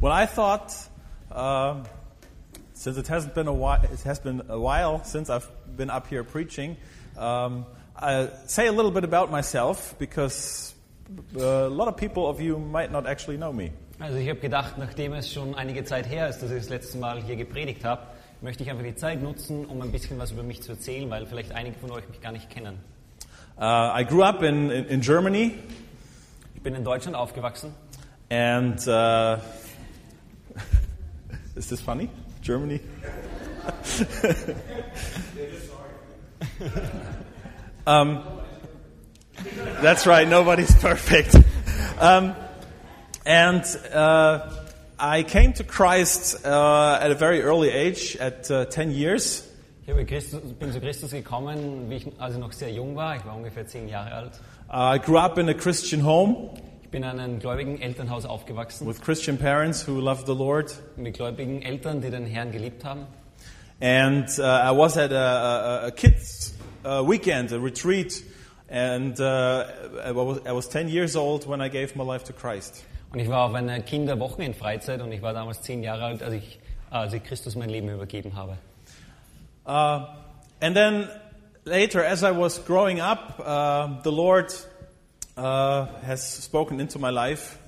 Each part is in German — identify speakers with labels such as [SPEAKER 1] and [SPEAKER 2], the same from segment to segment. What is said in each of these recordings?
[SPEAKER 1] Well, I thought, uh, since it hasn't been a while, it has been a while since I've been up here preaching, um, I say a little bit about myself because uh, a lot of people of you might not actually know me.
[SPEAKER 2] Also ich habe gedacht, nachdem es schon einige Zeit her ist, dass ich das letzte Mal hier gepredigt habe, möchte ich einfach die Zeit nutzen, um ein bisschen was über mich zu erzählen, weil vielleicht einige von euch mich gar nicht kennen.
[SPEAKER 1] Uh, I grew up in, in, in Germany,
[SPEAKER 2] Ich bin in Deutschland aufgewachsen.
[SPEAKER 1] and uh, is this funny? Germany. um, that's right. Nobody's perfect. Um, and uh, I came to Christ uh, at a very early age, at uh, ten years.
[SPEAKER 2] Ich habe Christus, bin zu Christus gekommen, wie ich, als ich noch sehr jung war. Ich war ungefähr zehn Jahre alt.
[SPEAKER 1] Uh, I grew up in a Christian home
[SPEAKER 2] Ich bin in einem gläubigen Elternhaus aufgewachsen,
[SPEAKER 1] with Christian parents who loved the Lord.
[SPEAKER 2] mit gläubigen Eltern, die den Herrn geliebt haben.
[SPEAKER 1] And uh, I was at a, a, a kids' uh, weekend, a retreat, and uh, I, was, I was 10 years old when I gave my life to Christ.
[SPEAKER 2] Und ich war auf einer Kinderwochenendfreizeit und ich war damals zehn Jahre alt, als ich, als ich Christus mein Leben übergeben habe.
[SPEAKER 1] Uh, and then later, as I was growing up, uh, the Lord uh, has spoken into my life.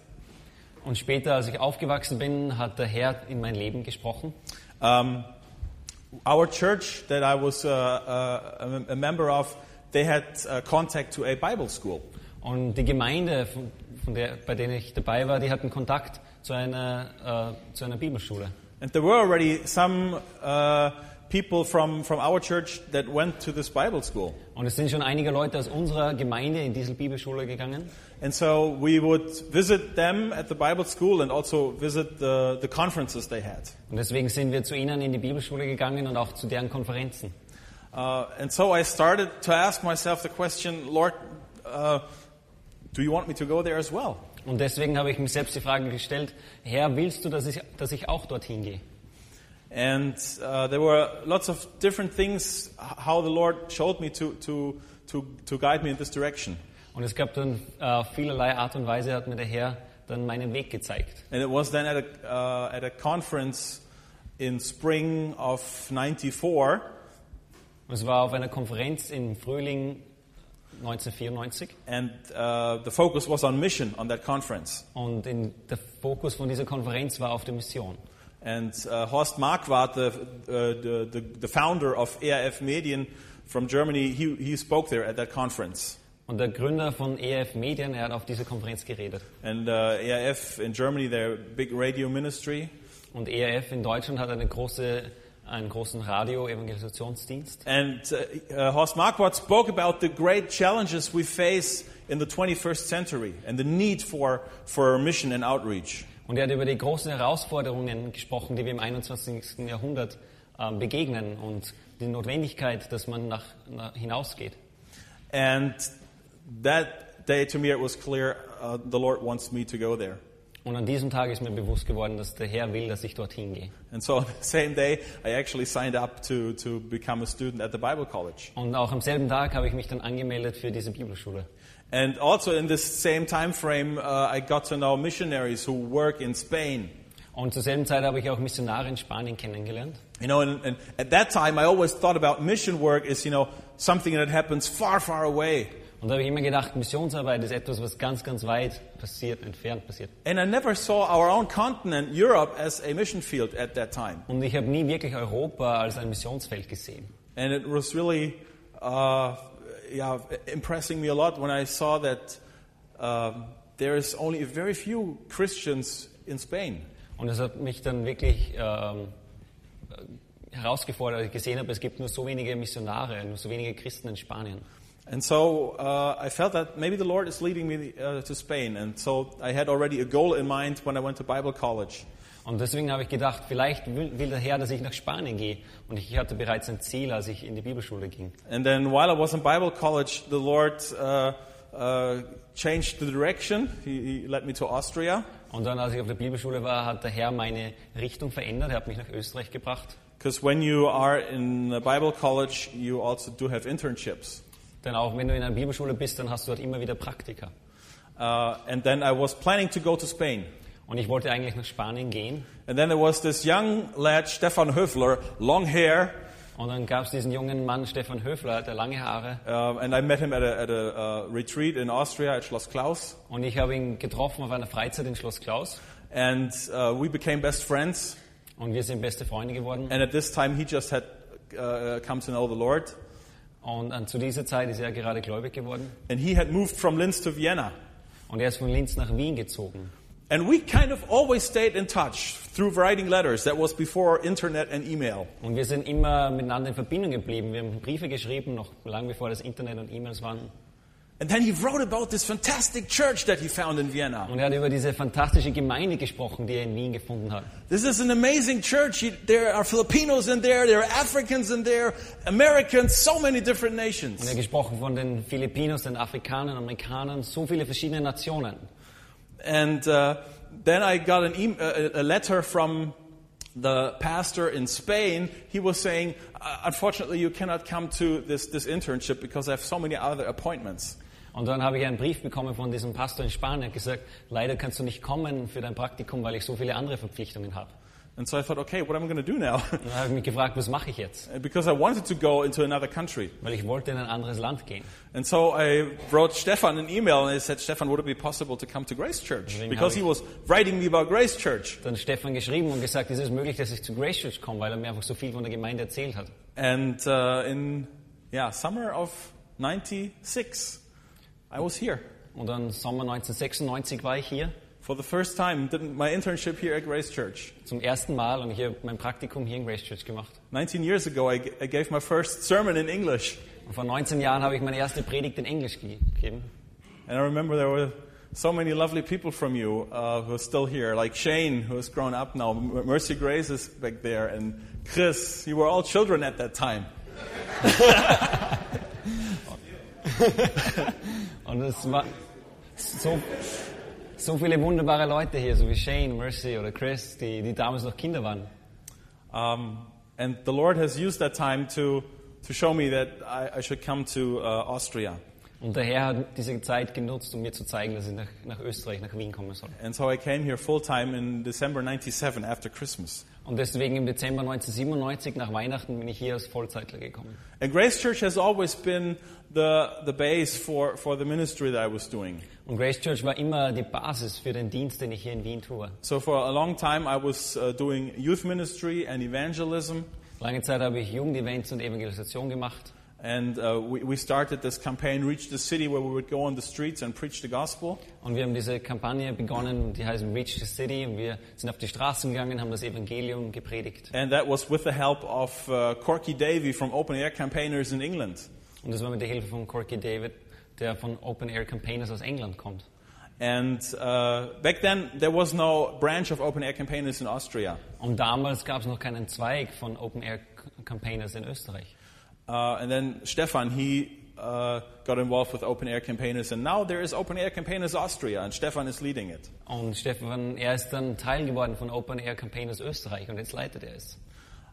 [SPEAKER 2] Und später, als ich aufgewachsen bin, hat der Herr in mein Leben gesprochen.
[SPEAKER 1] Um, our church that I was uh, uh, a mem- a member of, they had uh, contact to a Bible school.
[SPEAKER 2] Und die Gemeinde, von von der, bei der ich dabei war, die hatten Kontakt zu einer, äh, zu einer Bibelschule.
[SPEAKER 1] And there were already some uh, people from, from our church that went to this Bible school.
[SPEAKER 2] Und es sind schon einige Leute aus unserer Gemeinde in diese Bibelschule gegangen.
[SPEAKER 1] And so we would visit them at the Bible school and also visit the, the conferences they had.
[SPEAKER 2] Und deswegen sind wir zu ihnen in die Bibelschule gegangen und auch zu deren Konferenzen.
[SPEAKER 1] Uh, and so I started to ask myself the question, Lord, uh, do you want me to go there as well?
[SPEAKER 2] Und deswegen habe ich mir selbst die Frage gestellt, Herr, willst du, dass ich, dass ich auch dorthin gehe?
[SPEAKER 1] And uh, there were lots of different things h- how the Lord showed me to, to, to, to guide me in this direction.
[SPEAKER 2] Und es gab dann äh, auf vielerlei Art und Weise, hat mir der Herr dann meinen Weg gezeigt.
[SPEAKER 1] And it was then at a, uh, at a conference in spring of 94
[SPEAKER 2] Und es war auf einer Konferenz im Frühling 1994.
[SPEAKER 1] and uh, the focus was on mission on that conference.
[SPEAKER 2] Und in, der Fokus von dieser Konferenz war auf der Mission.
[SPEAKER 1] And uh, Horst Marquardt, the, uh, the, the, the founder of ERF Medien from Germany, he, he spoke there at that conference.
[SPEAKER 2] Und der Gründer von EF Medien, er hat auf dieser Konferenz geredet.
[SPEAKER 1] And uh, ERF in Germany, their big radio ministry.
[SPEAKER 2] Und ERF in Deutschland hat eine große, einen großen Radio-Evangelisationsdienst.
[SPEAKER 1] And uh, uh, Horst Marquardt spoke about the great challenges we face in the 21st century and the need for, for mission and outreach.
[SPEAKER 2] Und er hat über die großen Herausforderungen gesprochen, die wir im 21. Jahrhundert ähm, begegnen und die Notwendigkeit, dass man nach, nach, hinausgeht.
[SPEAKER 1] And that day to me, it was clear uh, the Lord wants me to go there.
[SPEAKER 2] Und an diesem Tag ist mir bewusst geworden, dass der Herr will, dass ich dorthin gehe.
[SPEAKER 1] And so on the same day, I actually signed up to, to become a student at the Bible College.
[SPEAKER 2] Und auch am selben Tag habe ich mich dann angemeldet für diese Bibelschule.
[SPEAKER 1] And also in this same time frame, uh, I got to know missionaries who work in Spain.
[SPEAKER 2] Und zur selben Zeit habe ich auch Missionare in Spanien kennengelernt.
[SPEAKER 1] You know, and, and at that time, I always thought about mission work as, you know, something that happens far, far away.
[SPEAKER 2] Und da habe ich immer gedacht, Missionsarbeit ist etwas, was ganz, ganz weit passiert, entfernt passiert.
[SPEAKER 1] And I never saw our own continent, Europe, as a mission field at that time.
[SPEAKER 2] Und ich habe nie wirklich Europa als ein Missionsfeld gesehen.
[SPEAKER 1] And it was really uh, yeah, impressing me a lot when I saw that um, there is only a very few Christians in Spain.
[SPEAKER 2] Und das hat mich dann wirklich ähm, äh, herausgefordert, als ich gesehen habe, es gibt nur so wenige Missionare, nur so wenige Christen in Spanien.
[SPEAKER 1] And so uh, I felt that maybe the Lord is leading me uh, to Spain. And so I had already a goal in mind when I went to Bible college.
[SPEAKER 2] Und deswegen habe ich gedacht, vielleicht will, will der Herr, dass ich nach Spanien gehe. Und ich hatte bereits ein Ziel, als ich in die Bibelschule ging.
[SPEAKER 1] And then while I was in Bible college, the Lord uh, uh, changed the direction. He, he led me to Austria
[SPEAKER 2] Und dann, als ich auf der Bibelschule war, hat der Herr meine Richtung verändert. Er hat mich nach Österreich gebracht.
[SPEAKER 1] because when you are in a Bible college, you also do have internships.
[SPEAKER 2] Denn auch wenn du in einer Bibelschule bist, dann hast du dort immer wieder Praktika.
[SPEAKER 1] Uh, and then I was planning to go to Spain.
[SPEAKER 2] Und ich wollte eigentlich nach Spanien gehen.
[SPEAKER 1] And then there was this young lad, Stefan Höfler, long hair,
[SPEAKER 2] Und dann gab es diesen jungen Mann, Stefan Höfler, der lange Haare.
[SPEAKER 1] um, and I met him at a, at a uh, retreat in Austria at Schloss Klaus,
[SPEAKER 2] Und ich habe ihn getroffen auf einer Freizeit in Schloss Klaus.
[SPEAKER 1] and uh, we became best friends.
[SPEAKER 2] Und wir sind beste Freunde geworden.
[SPEAKER 1] And at this time, he just had uh, come to know the Lord,
[SPEAKER 2] Und äh, zu dieser Zeit ist er gerade gläubig geworden.
[SPEAKER 1] and he had moved from Linz to Vienna.
[SPEAKER 2] Und er ist von Linz nach Wien gezogen.
[SPEAKER 1] And we kind of always stayed in touch through writing letters. That was before internet and email.
[SPEAKER 2] Und wir sind immer miteinander in Verbindung geblieben. Wir haben Briefe geschrieben, noch lange bevor das Internet und E-Mails waren.
[SPEAKER 1] And then he wrote about this fantastic church that he found in Vienna.
[SPEAKER 2] Und er hat über diese fantastische Gemeinde gesprochen, die er in Wien gefunden hat.
[SPEAKER 1] This is an amazing church. He- there are Filipinos in there, there are Africans in there, Americans, so many different
[SPEAKER 2] Er hat
[SPEAKER 1] nations.
[SPEAKER 2] gesprochen von den Filipinos, den Afrikanern, Amerikanern, so viele verschiedene Nationen.
[SPEAKER 1] And uh, then I got an e- a, a letter from the pastor in Spain. He was saying, "Uh, unfortunately, you cannot come to this, this internship because I have so many other appointments.
[SPEAKER 2] Und dann habe ich einen Brief bekommen von diesem Pastor in Spanien, der hat gesagt, leider kannst du nicht kommen für dein Praktikum, weil ich so viele andere Verpflichtungen habe.
[SPEAKER 1] And so I thought, okay, what am I going to do now?
[SPEAKER 2] Und dann habe ich mich gefragt, was mache ich jetzt?
[SPEAKER 1] because I wanted to go into another country.
[SPEAKER 2] Weil ich wollte in ein anderes Land gehen.
[SPEAKER 1] And so I wrote Stefan an email and I said, Stefan, would it be possible to come to Grace Church?
[SPEAKER 2] Deswegen
[SPEAKER 1] Because
[SPEAKER 2] habe
[SPEAKER 1] he
[SPEAKER 2] ich-
[SPEAKER 1] was writing me about Grace Church.
[SPEAKER 2] Dann Stefan geschrieben und gesagt, ist es möglich, dass ich zu Grace Church komme, weil er mir einfach so viel von der Gemeinde erzählt hat.
[SPEAKER 1] And uh, in, yeah, summer of 96, I was here
[SPEAKER 2] Und dann Sommer 1996 war ich hier
[SPEAKER 1] for the first time, did my internship here at Grace Church.
[SPEAKER 2] zum ersten Mal und ich habe mein Praktikum hier in Grace Church gemacht.
[SPEAKER 1] 19 years ago, I, g- I gave my first sermon in English.
[SPEAKER 2] Und vor 19 Jahren habe ich meine erste Predigt in Englisch ge- gegeben.
[SPEAKER 1] And I remember there were so many lovely people from you uh, who are still here, like Shane, who has grown up now. M- Mercy Grace is back there, and Chris. You were all children at that time.
[SPEAKER 2] Und es war so, so viele wunderbare Leute hier, so wie Shane, Mercy oder Chris, die, die damals noch Kinder waren.
[SPEAKER 1] Um, and the Lord has used that time to, to show me that I, I should come to uh, Austria.
[SPEAKER 2] Und der Herr hat diese Zeit genutzt, um mir zu zeigen, dass ich nach, nach Österreich, nach Wien kommen soll.
[SPEAKER 1] And so I came here full time in December 97 after Christmas.
[SPEAKER 2] Und deswegen im Dezember 1997, nach Weihnachten, bin ich hier als Vollzeitler gekommen.
[SPEAKER 1] And Grace Church has always been the, the base for, for the ministry that I was doing.
[SPEAKER 2] Und Grace Church war immer die Basis für den Dienst, den ich hier in Wien tue.
[SPEAKER 1] So for a long time, I was uh, doing youth ministry and evangelism.
[SPEAKER 2] Lange Zeit habe ich Jugendevents und Evangelisation gemacht.
[SPEAKER 1] And uh, we, we started this campaign, Reach the City, where we would go on the streets and preach the gospel.
[SPEAKER 2] Und wir haben diese Kampagne begonnen, die heißt Reach the City. Und wir sind auf die Straßen gegangen, haben das Evangelium gepredigt.
[SPEAKER 1] And that was with the help of uh, Corky Davy from Open Air Campaigners in England.
[SPEAKER 2] Und das war mit der Hilfe von Corky David, der von Open Air Campaigners aus England kommt.
[SPEAKER 1] And uh, back then, there was no branch of Open Air Campaigners in Austria.
[SPEAKER 2] Und damals gab es noch keinen Zweig von Open Air Campaigners in Österreich.
[SPEAKER 1] Uh, and then Stefan, he uh, got involved with Open Air Campaigners, and now there is Open Air Campaigners Austria, and Stefan is leading it.
[SPEAKER 2] Und Stefan, er ist dann Teil geworden von Open Air Campaigners Österreich und jetzt leitet er es.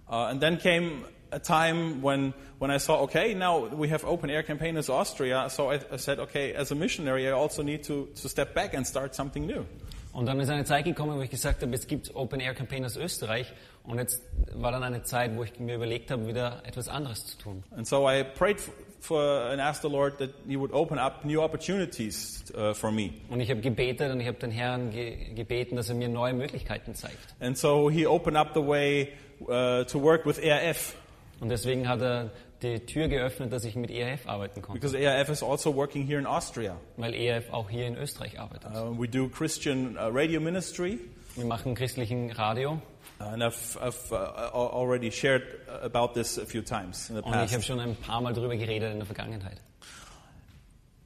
[SPEAKER 1] Uh, and then came a time when, when I saw, okay, now we have open air campaigners Austria. So I, I said, okay, as a missionary, I also need to, to step back and start something new.
[SPEAKER 2] Und dann ist eine Zeit gekommen, wo ich gesagt habe, jetzt gibt es Open Air Campaigners Österreich. Und jetzt war dann eine Zeit, wo ich mir überlegt habe, wieder etwas anderes zu tun.
[SPEAKER 1] And so I prayed for, for and asked the Lord that He would open up new opportunities uh, for me.
[SPEAKER 2] Und ich habe gebetet und ich habe den Herrn ge gebeten, dass er mir neue Möglichkeiten zeigt.
[SPEAKER 1] And so He opened up the way uh, to work with AIF
[SPEAKER 2] Und deswegen hat er die Tür geöffnet, dass ich mit ERF arbeiten konnte.
[SPEAKER 1] because AIF is also working here in Austria.
[SPEAKER 2] weil ERF auch hier in Österreich arbeitet.
[SPEAKER 1] Uh, we do Christian uh, radio ministry.
[SPEAKER 2] Wir machen christlichen Radio
[SPEAKER 1] And I've, I've uh, al- already shared uh, about this a few times in the
[SPEAKER 2] und ich
[SPEAKER 1] past.
[SPEAKER 2] habe schon ein paar Mal drüber geredet in der Vergangenheit.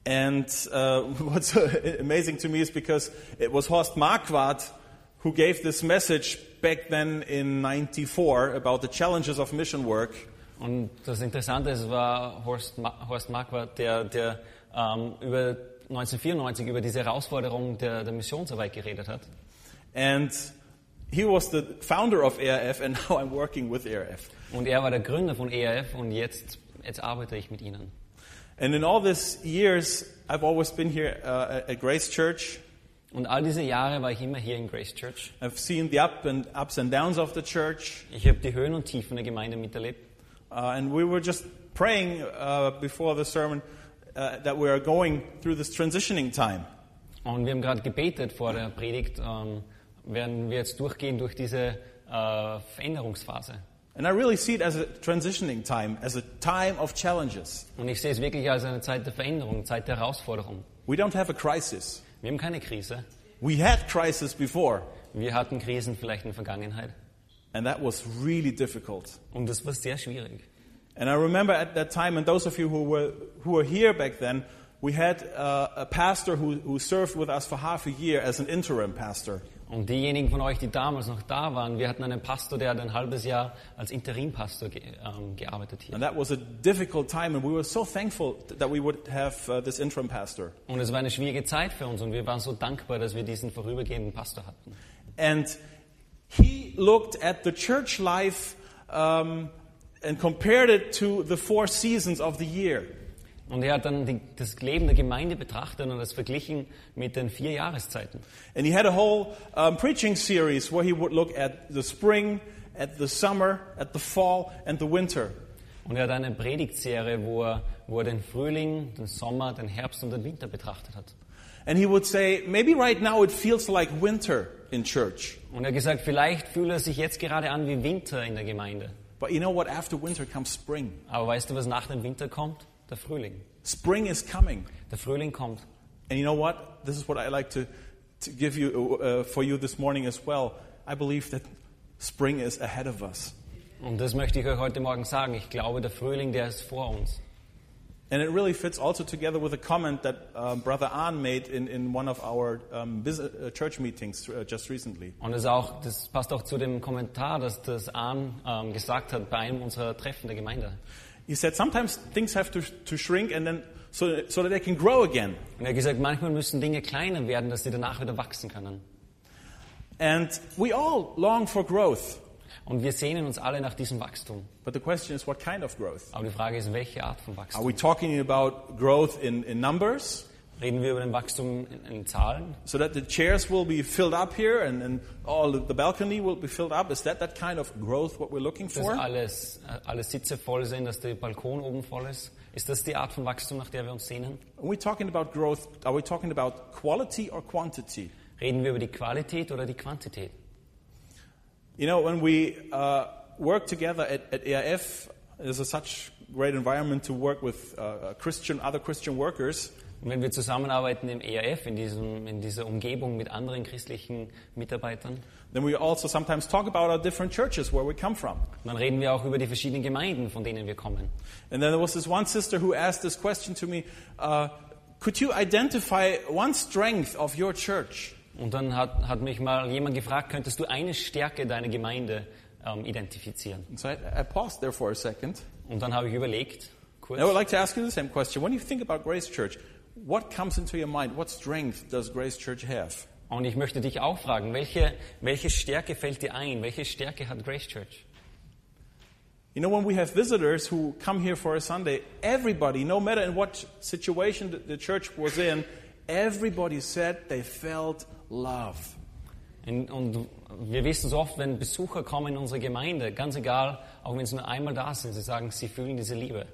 [SPEAKER 1] And uh, what's amazing to me is because it was Horst Marquardt who gave this message back then in 94 about the challenges of mission work.
[SPEAKER 2] Und das Interessante ist, es war Horst, Ma Horst Marquardt, der, der ähm, über 1994 über diese Herausforderung der, der Missionsarbeit geredet hat.
[SPEAKER 1] And he was the founder of ARF, and now I'm working with ARF.
[SPEAKER 2] Und er war der Gründer von ERF und jetzt, jetzt arbeite ich mit ihnen.
[SPEAKER 1] And in all these years, I've always been here uh, at Grace Church.
[SPEAKER 2] Und all diese Jahre war ich immer hier in Grace Church.
[SPEAKER 1] I've seen the up and ups and downs of the church,
[SPEAKER 2] Ich habe die Höhen und Tiefen der Gemeinde miterlebt.
[SPEAKER 1] uh, and we were just praying uh, before the sermon uh, that we are going through this transitioning time.
[SPEAKER 2] Und wir haben gerade gebetet vor der Predigt, ähm, werden wir jetzt durchgehen durch diese äh, Veränderungsphase.
[SPEAKER 1] And I really see it as a transitioning time, as a time of challenges.
[SPEAKER 2] Und ich sehe es wirklich als eine Zeit der Veränderung, Zeit der Herausforderung.
[SPEAKER 1] We don't have a crisis.
[SPEAKER 2] Wir haben keine Krise.
[SPEAKER 1] We had crisis before,
[SPEAKER 2] Wir hatten Krisen vielleicht in der Vergangenheit.
[SPEAKER 1] and that was really difficult.
[SPEAKER 2] Und das war sehr schwierig.
[SPEAKER 1] And I remember at that time, and those of you who were, who were here back then, we had uh, a pastor who, who served with us for half a year as an interim pastor.
[SPEAKER 2] Und diejenigen von euch, die damals noch da waren, wir hatten einen Pastor, der hat ein halbes Jahr als Interimpastor ge ähm, gearbeitet hier.
[SPEAKER 1] And that was a difficult time, and we were so thankful that we would have uh, this interim pastor.
[SPEAKER 2] Und es war eine schwierige Zeit für uns und wir waren so dankbar, dass wir diesen vorübergehenden Pastor hatten.
[SPEAKER 1] And he looked at the church life um, and compared it to the four seasons of the year.
[SPEAKER 2] Und er hat dann die, das Leben der Gemeinde betrachtet und das verglichen mit den vier Jahreszeiten.
[SPEAKER 1] And he had a whole um, preaching series where he would look at the spring, at the summer, at the fall, and the winter.
[SPEAKER 2] Und er hat eine Predigtserie, wo er, wo er den Frühling, den Sommer, den Herbst und den Winter betrachtet hat.
[SPEAKER 1] And he would say, maybe right now it feels like winter in church.
[SPEAKER 2] Und er hat gesagt, vielleicht fühlt er sich jetzt gerade an wie Winter in der Gemeinde.
[SPEAKER 1] But you know what? After winter comes spring.
[SPEAKER 2] Aber weißt du, was nach dem Winter kommt? Der Frühling.
[SPEAKER 1] Spring is coming.
[SPEAKER 2] Der Frühling kommt.
[SPEAKER 1] And you know what? This is what I like to, to give you uh, for you this morning as well. I believe that spring is ahead of us.
[SPEAKER 2] Und das möchte ich euch heute Morgen sagen. Ich glaube, der Frühling, der ist vor uns.
[SPEAKER 1] And it really fits also together with a comment that um, Brother Ahn made in, in one of our um, visit, uh, church meetings uh, just recently.
[SPEAKER 2] Und das, ist auch, das passt auch zu dem Kommentar, das das Arn ähm, gesagt hat bei einem unserer Treffen der Gemeinde.
[SPEAKER 1] He said sometimes things have to, to shrink and then so, so that they can grow again.
[SPEAKER 2] Und er hat gesagt, manchmal müssen Dinge kleiner werden, dass sie danach wieder wachsen können.
[SPEAKER 1] And we all long for growth.
[SPEAKER 2] Und wir sehnen uns alle nach diesem Wachstum.
[SPEAKER 1] But the question is, what kind of growth?
[SPEAKER 2] Aber die Frage ist, welche Art von
[SPEAKER 1] Are
[SPEAKER 2] Wachstum?
[SPEAKER 1] we talking about growth in, in numbers
[SPEAKER 2] Reden wir über den Wachstum in, in Zahlen?
[SPEAKER 1] so that the chairs will be filled up here and, and all the balcony will be filled up? Is that that kind of growth what we're looking
[SPEAKER 2] Dass
[SPEAKER 1] for?
[SPEAKER 2] alles, äh, alle Sitze voll sind, dass der Balkon oben voll ist? Ist das die Art von Wachstum, nach der wir uns sehnen?
[SPEAKER 1] Are we talking about growth? Are we talking about quality or quantity?
[SPEAKER 2] Reden wir über die Qualität oder die Quantität?
[SPEAKER 1] You know, when we uh, work together at, at AIF, there's a such great environment to work with uh, uh, Christian, other Christian workers.
[SPEAKER 2] Und wenn wir zusammenarbeiten im ERF, in, diesem, in dieser Umgebung mit anderen christlichen Mitarbeitern,
[SPEAKER 1] Then we also sometimes talk about our different churches where we come from.
[SPEAKER 2] dann reden wir auch über die verschiedenen Gemeinden, von denen wir kommen.
[SPEAKER 1] And then there was this one sister who asked this question to me uh, Could you identify one strength of your church?
[SPEAKER 2] Und dann hat, hat mich mal jemand gefragt, könntest du eine Stärke deiner Gemeinde ähm, identifizieren?
[SPEAKER 1] And so I, I paused there for a second.
[SPEAKER 2] Und dann habe ich überlegt, kurz,
[SPEAKER 1] And I would like to ask you the same question. When you think about Grace Church, what comes into your mind? What strength does Grace Church have?
[SPEAKER 2] und ich möchte dich auch fragen, welche, welche Stärke fällt dir ein? Welche Stärke hat Grace Church?
[SPEAKER 1] You know, when we have visitors who come here for a Sunday, everybody, no matter in what situation th- the church was in, everybody said they felt love.
[SPEAKER 2] Und, und wir wissen so oft, wenn Besucher kommen in unsere Gemeinde, ganz egal, auch wenn sie nur einmal da sind, sie sagen, sie fühlen diese Liebe.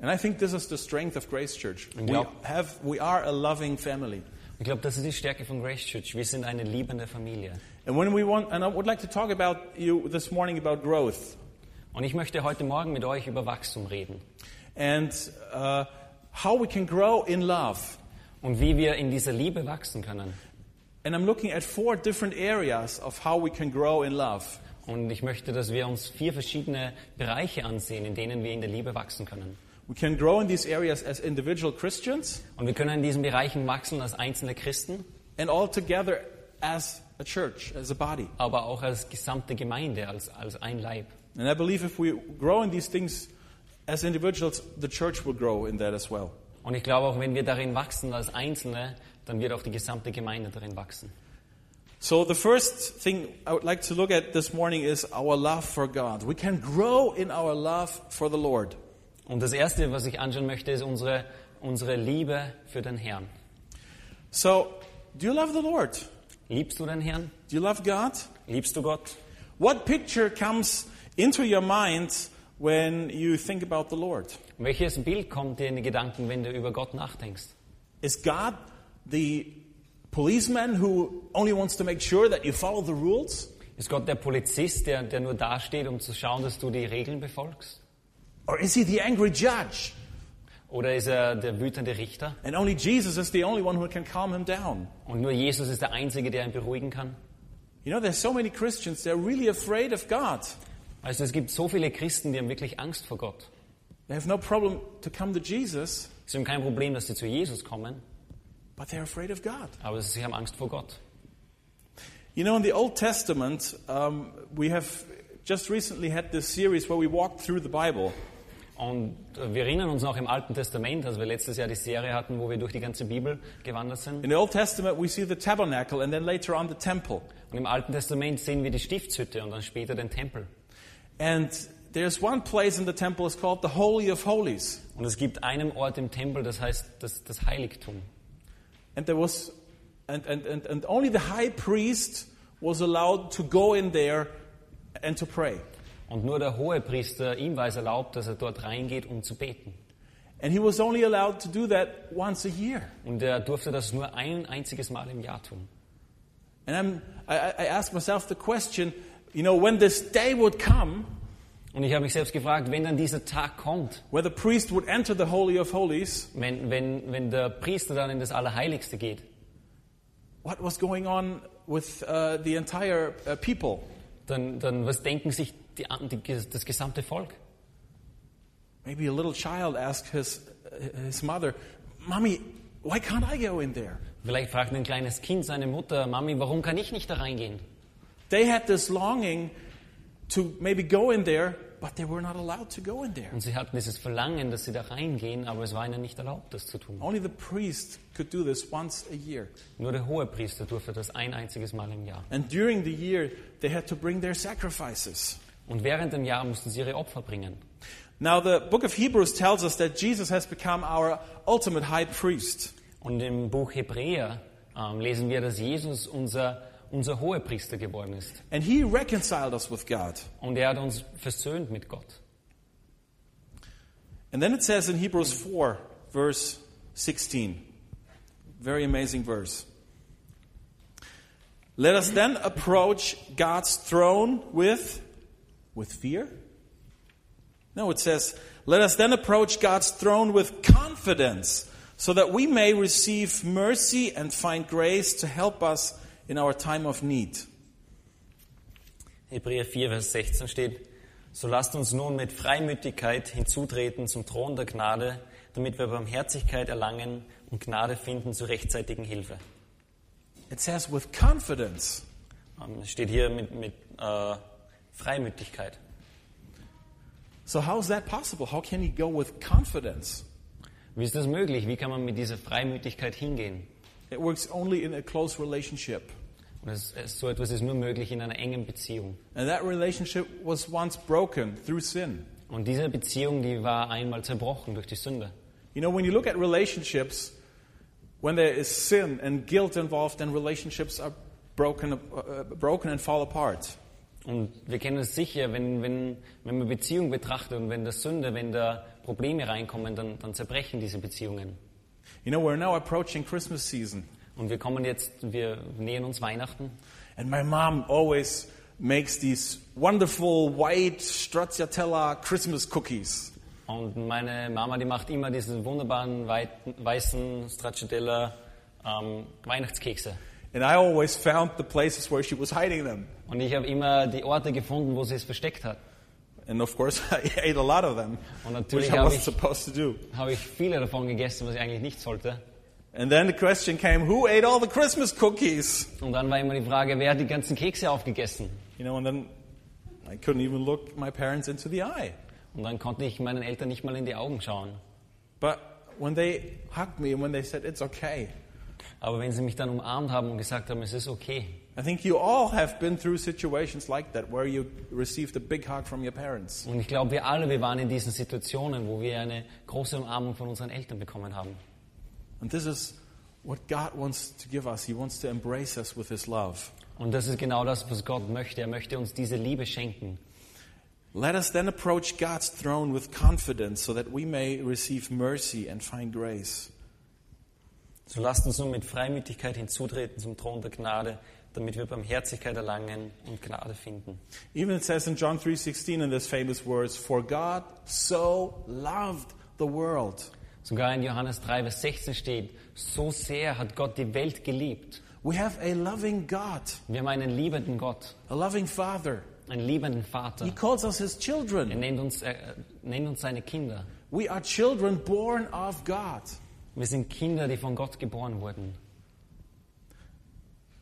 [SPEAKER 1] And I think this is the strength of Grace Church. We,
[SPEAKER 2] Yeah.
[SPEAKER 1] have, we are a loving family.
[SPEAKER 2] Ich glaube, das ist die Stärke von Grace Church. Wir sind eine liebende Familie.
[SPEAKER 1] And when we want, and I would like to talk about you this morning about growth
[SPEAKER 2] Und ich möchte heute Morgen mit euch über Wachstum reden
[SPEAKER 1] and uh, how we can grow in love.
[SPEAKER 2] und wie wir in dieser Liebe wachsen können.
[SPEAKER 1] And I'm looking at four different areas of how we can grow in love.
[SPEAKER 2] Und ich möchte, dass wir uns vier verschiedene Bereiche ansehen, in denen wir in der Liebe wachsen können.
[SPEAKER 1] We can grow in these areas as individual Christians
[SPEAKER 2] Und wir können in diesen Bereichen wachsen als einzelne Christen,
[SPEAKER 1] and all together as a church, as a body.
[SPEAKER 2] aber auch als gesamte Gemeinde, als, als ein Leib.
[SPEAKER 1] And I believe if we grow in these things as individuals, the church will grow in that as well.
[SPEAKER 2] Und ich glaube, auch wenn wir darin wachsen als Einzelne, dann wird auch die gesamte Gemeinde darin wachsen.
[SPEAKER 1] So, the first thing I would like to look at this morning is our love for God. We can grow in our love for the Lord.
[SPEAKER 2] Und das Erste, was ich anschauen möchte, ist unsere, unsere Liebe für den Herrn.
[SPEAKER 1] So, Do you love the Lord?
[SPEAKER 2] Liebst du den Herrn?
[SPEAKER 1] Do you love God?
[SPEAKER 2] Liebst du Gott?
[SPEAKER 1] What picture comes into your mind when you think about the Lord?
[SPEAKER 2] Welches Bild kommt dir in die Gedanken, wenn du über Gott nachdenkst?
[SPEAKER 1] Is God the policeman who only wants to make sure that you follow the rules?
[SPEAKER 2] Ist Gott der Polizist, der, der nur dasteht, um zu schauen, dass du die Regeln befolgst?
[SPEAKER 1] Or is he the angry judge?
[SPEAKER 2] Oder ist er der wütende Richter?
[SPEAKER 1] And only Jesus is the only one who can calm him down.
[SPEAKER 2] Und nur Jesus ist der Einzige, der ihn beruhigen kann?
[SPEAKER 1] You know, there's so many Christians, they're really afraid of God.
[SPEAKER 2] Also es gibt so viele Christen, die haben wirklich Angst vor Gott.
[SPEAKER 1] They have no problem to come to Jesus,
[SPEAKER 2] Sie haben kein Problem, dass sie zu Jesus kommen,
[SPEAKER 1] but they're afraid of God.
[SPEAKER 2] aber sie haben Angst vor Gott.
[SPEAKER 1] You know, in the Old Testament, um, we have just recently had this series where we walked through the Bible.
[SPEAKER 2] Und äh, wir erinnern uns noch im Alten Testament, als wir letztes Jahr die Serie hatten, wo wir durch die ganze Bibel gewandert sind.
[SPEAKER 1] In the Old Testament, we see the tabernacle and then later on the temple.
[SPEAKER 2] Und im Alten Testament sehen wir die Stiftshütte und dann später den Tempel.
[SPEAKER 1] And there's one place in the temple, it's called the Holy of Holies.
[SPEAKER 2] Und es gibt einen Ort im Tempel, das heißt das, das Heiligtum.
[SPEAKER 1] And there was, and, and, and, and only the high priest was allowed to go in there and to pray.
[SPEAKER 2] Und nur der Hohepriester, ihm war es erlaubt, dass er dort reingeht, um zu beten.
[SPEAKER 1] And he was only allowed to do that once a year.
[SPEAKER 2] Und er durfte das nur ein einziges Mal im Jahr tun.
[SPEAKER 1] And I'm, I, I- I asked myself the question, you know, when this day would come,
[SPEAKER 2] Und ich habe mich selbst gefragt, wenn dann dieser Tag kommt,
[SPEAKER 1] where the priest would enter the Holy of Holies,
[SPEAKER 2] wenn, wenn, wenn der Priester dann in das Allerheiligste geht,
[SPEAKER 1] what was going on with uh, the entire uh, people?
[SPEAKER 2] dann, dann was denken sich die, an- die, das gesamte Volk?
[SPEAKER 1] Maybe a little child asked his, his mother, Mommy, why can't I go in there?
[SPEAKER 2] Vielleicht fragt ein kleines Kind seine Mutter, Mami, warum kann ich nicht da reingehen?
[SPEAKER 1] They had this longing to maybe go in there, but they were not allowed to go in there.
[SPEAKER 2] Und sie hatten dieses Verlangen, dass sie da reingehen, aber es war ihnen nicht erlaubt, das zu tun.
[SPEAKER 1] Only the priest could do this once a year.
[SPEAKER 2] Nur der Hohepriester durfte das ein einziges Mal im Jahr.
[SPEAKER 1] And during the year, they had to bring their sacrifices.
[SPEAKER 2] Und während dem Jahr mussten sie ihre Opfer bringen.
[SPEAKER 1] Now, the book of Hebrews tells us that Jesus has become our ultimate high priest.
[SPEAKER 2] Und im Buch Hebräer ähm, lesen wir, dass Jesus unser, unser Hohepriester geworden ist.
[SPEAKER 1] And he reconciled us with God.
[SPEAKER 2] Und er hat uns versöhnt mit Gott.
[SPEAKER 1] And then it says in Hebrews 4, verse 16, very amazing verse. Let us then approach God's throne with with fear? No, it says, "Let us then approach God's throne with confidence, so that we may receive mercy and find grace to help us in our time of need."
[SPEAKER 2] Hebräer 4, Vers 16 steht, so lasst uns nun mit Freimütigkeit hinzutreten zum Thron der Gnade, damit wir Barmherzigkeit erlangen und Gnade finden zur rechtzeitigen Hilfe.
[SPEAKER 1] It says with confidence.
[SPEAKER 2] Ähm, Es steht hier mit, mit äh, Freimütigkeit.
[SPEAKER 1] So how is that possible? How can he go with confidence?
[SPEAKER 2] Wie ist das möglich? Wie kann man mit dieser Freimütigkeit hingehen?
[SPEAKER 1] It works only in a close relationship.
[SPEAKER 2] Und es, es, so etwas ist nur möglich in einer engen Beziehung.
[SPEAKER 1] And that relationship was once broken through sin.
[SPEAKER 2] Und diese Beziehung, die war einmal zerbrochen durch die Sünde.
[SPEAKER 1] You know, when you look at relationships, when there is sin and guilt involved, then relationships are broken, uh, broken and fall apart.
[SPEAKER 2] Und wir kennen es sicher, wenn, wenn, wenn man Beziehung betrachtet und wenn da Sünde, wenn da Probleme reinkommen, dann, dann zerbrechen diese Beziehungen.
[SPEAKER 1] You know, we're now approaching Christmas season,
[SPEAKER 2] Und wir kommen jetzt, wir nähern uns Weihnachten.
[SPEAKER 1] and my mom always makes these wonderful white stracciatella Christmas cookies.
[SPEAKER 2] Und meine Mama, die macht immer diese wunderbaren weiten, weißen Stracciatella ähm, Weihnachtskekse.
[SPEAKER 1] And I always found the places where she was hiding them.
[SPEAKER 2] Und ich habe immer die Orte gefunden, wo sie es versteckt hat.
[SPEAKER 1] And of course, I ate a lot of them,
[SPEAKER 2] Und
[SPEAKER 1] which
[SPEAKER 2] natürlich
[SPEAKER 1] I
[SPEAKER 2] habe
[SPEAKER 1] wasn't
[SPEAKER 2] ich,
[SPEAKER 1] supposed to do.
[SPEAKER 2] habe ich viele davon gegessen, was ich eigentlich nicht sollte.
[SPEAKER 1] And then the question came who ate all the Christmas cookies?
[SPEAKER 2] Und dann war immer die Frage, wer hat die ganzen Kekse aufgegessen?
[SPEAKER 1] You know, and then I couldn't even look my parents into the eye.
[SPEAKER 2] Und dann konnte ich meinen Eltern nicht mal in die Augen schauen.
[SPEAKER 1] But when they hugged me and when they said, it's okay,
[SPEAKER 2] Aber wenn sie mich dann umarmt haben und gesagt haben, es ist okay,
[SPEAKER 1] I think you all have been through situations like that where you received a big hug from your parents.
[SPEAKER 2] Und ich glaube, wir alle, wir waren in diesen Situationen, wo wir eine große Umarmung von unseren Eltern bekommen haben.
[SPEAKER 1] And this is what God wants to give us. He wants to embrace us with His love.
[SPEAKER 2] Und das ist genau das, was Gott möchte. Er möchte uns diese Liebe schenken.
[SPEAKER 1] Let us then approach God's throne with confidence so that we may receive mercy and find grace.
[SPEAKER 2] So lasst uns nun mit Freimütigkeit hinzutreten zum Thron der Gnade, damit wir Barmherzigkeit erlangen und Gnade finden.
[SPEAKER 1] Even it says in John 3:16 in those famous words, "For God so loved the world."
[SPEAKER 2] Sogar in Johannes 3, Vers 16 steht, so sehr hat Gott die Welt geliebt.
[SPEAKER 1] We have a loving God,
[SPEAKER 2] Wir haben einen liebenden Gott,
[SPEAKER 1] a loving Father.
[SPEAKER 2] einen liebenden
[SPEAKER 1] He
[SPEAKER 2] Vater.
[SPEAKER 1] calls us his
[SPEAKER 2] Er
[SPEAKER 1] children.
[SPEAKER 2] nennt uns, er nennt uns seine Kinder.
[SPEAKER 1] We are children born of God.
[SPEAKER 2] Wir sind Kinder, die von Gott geboren wurden.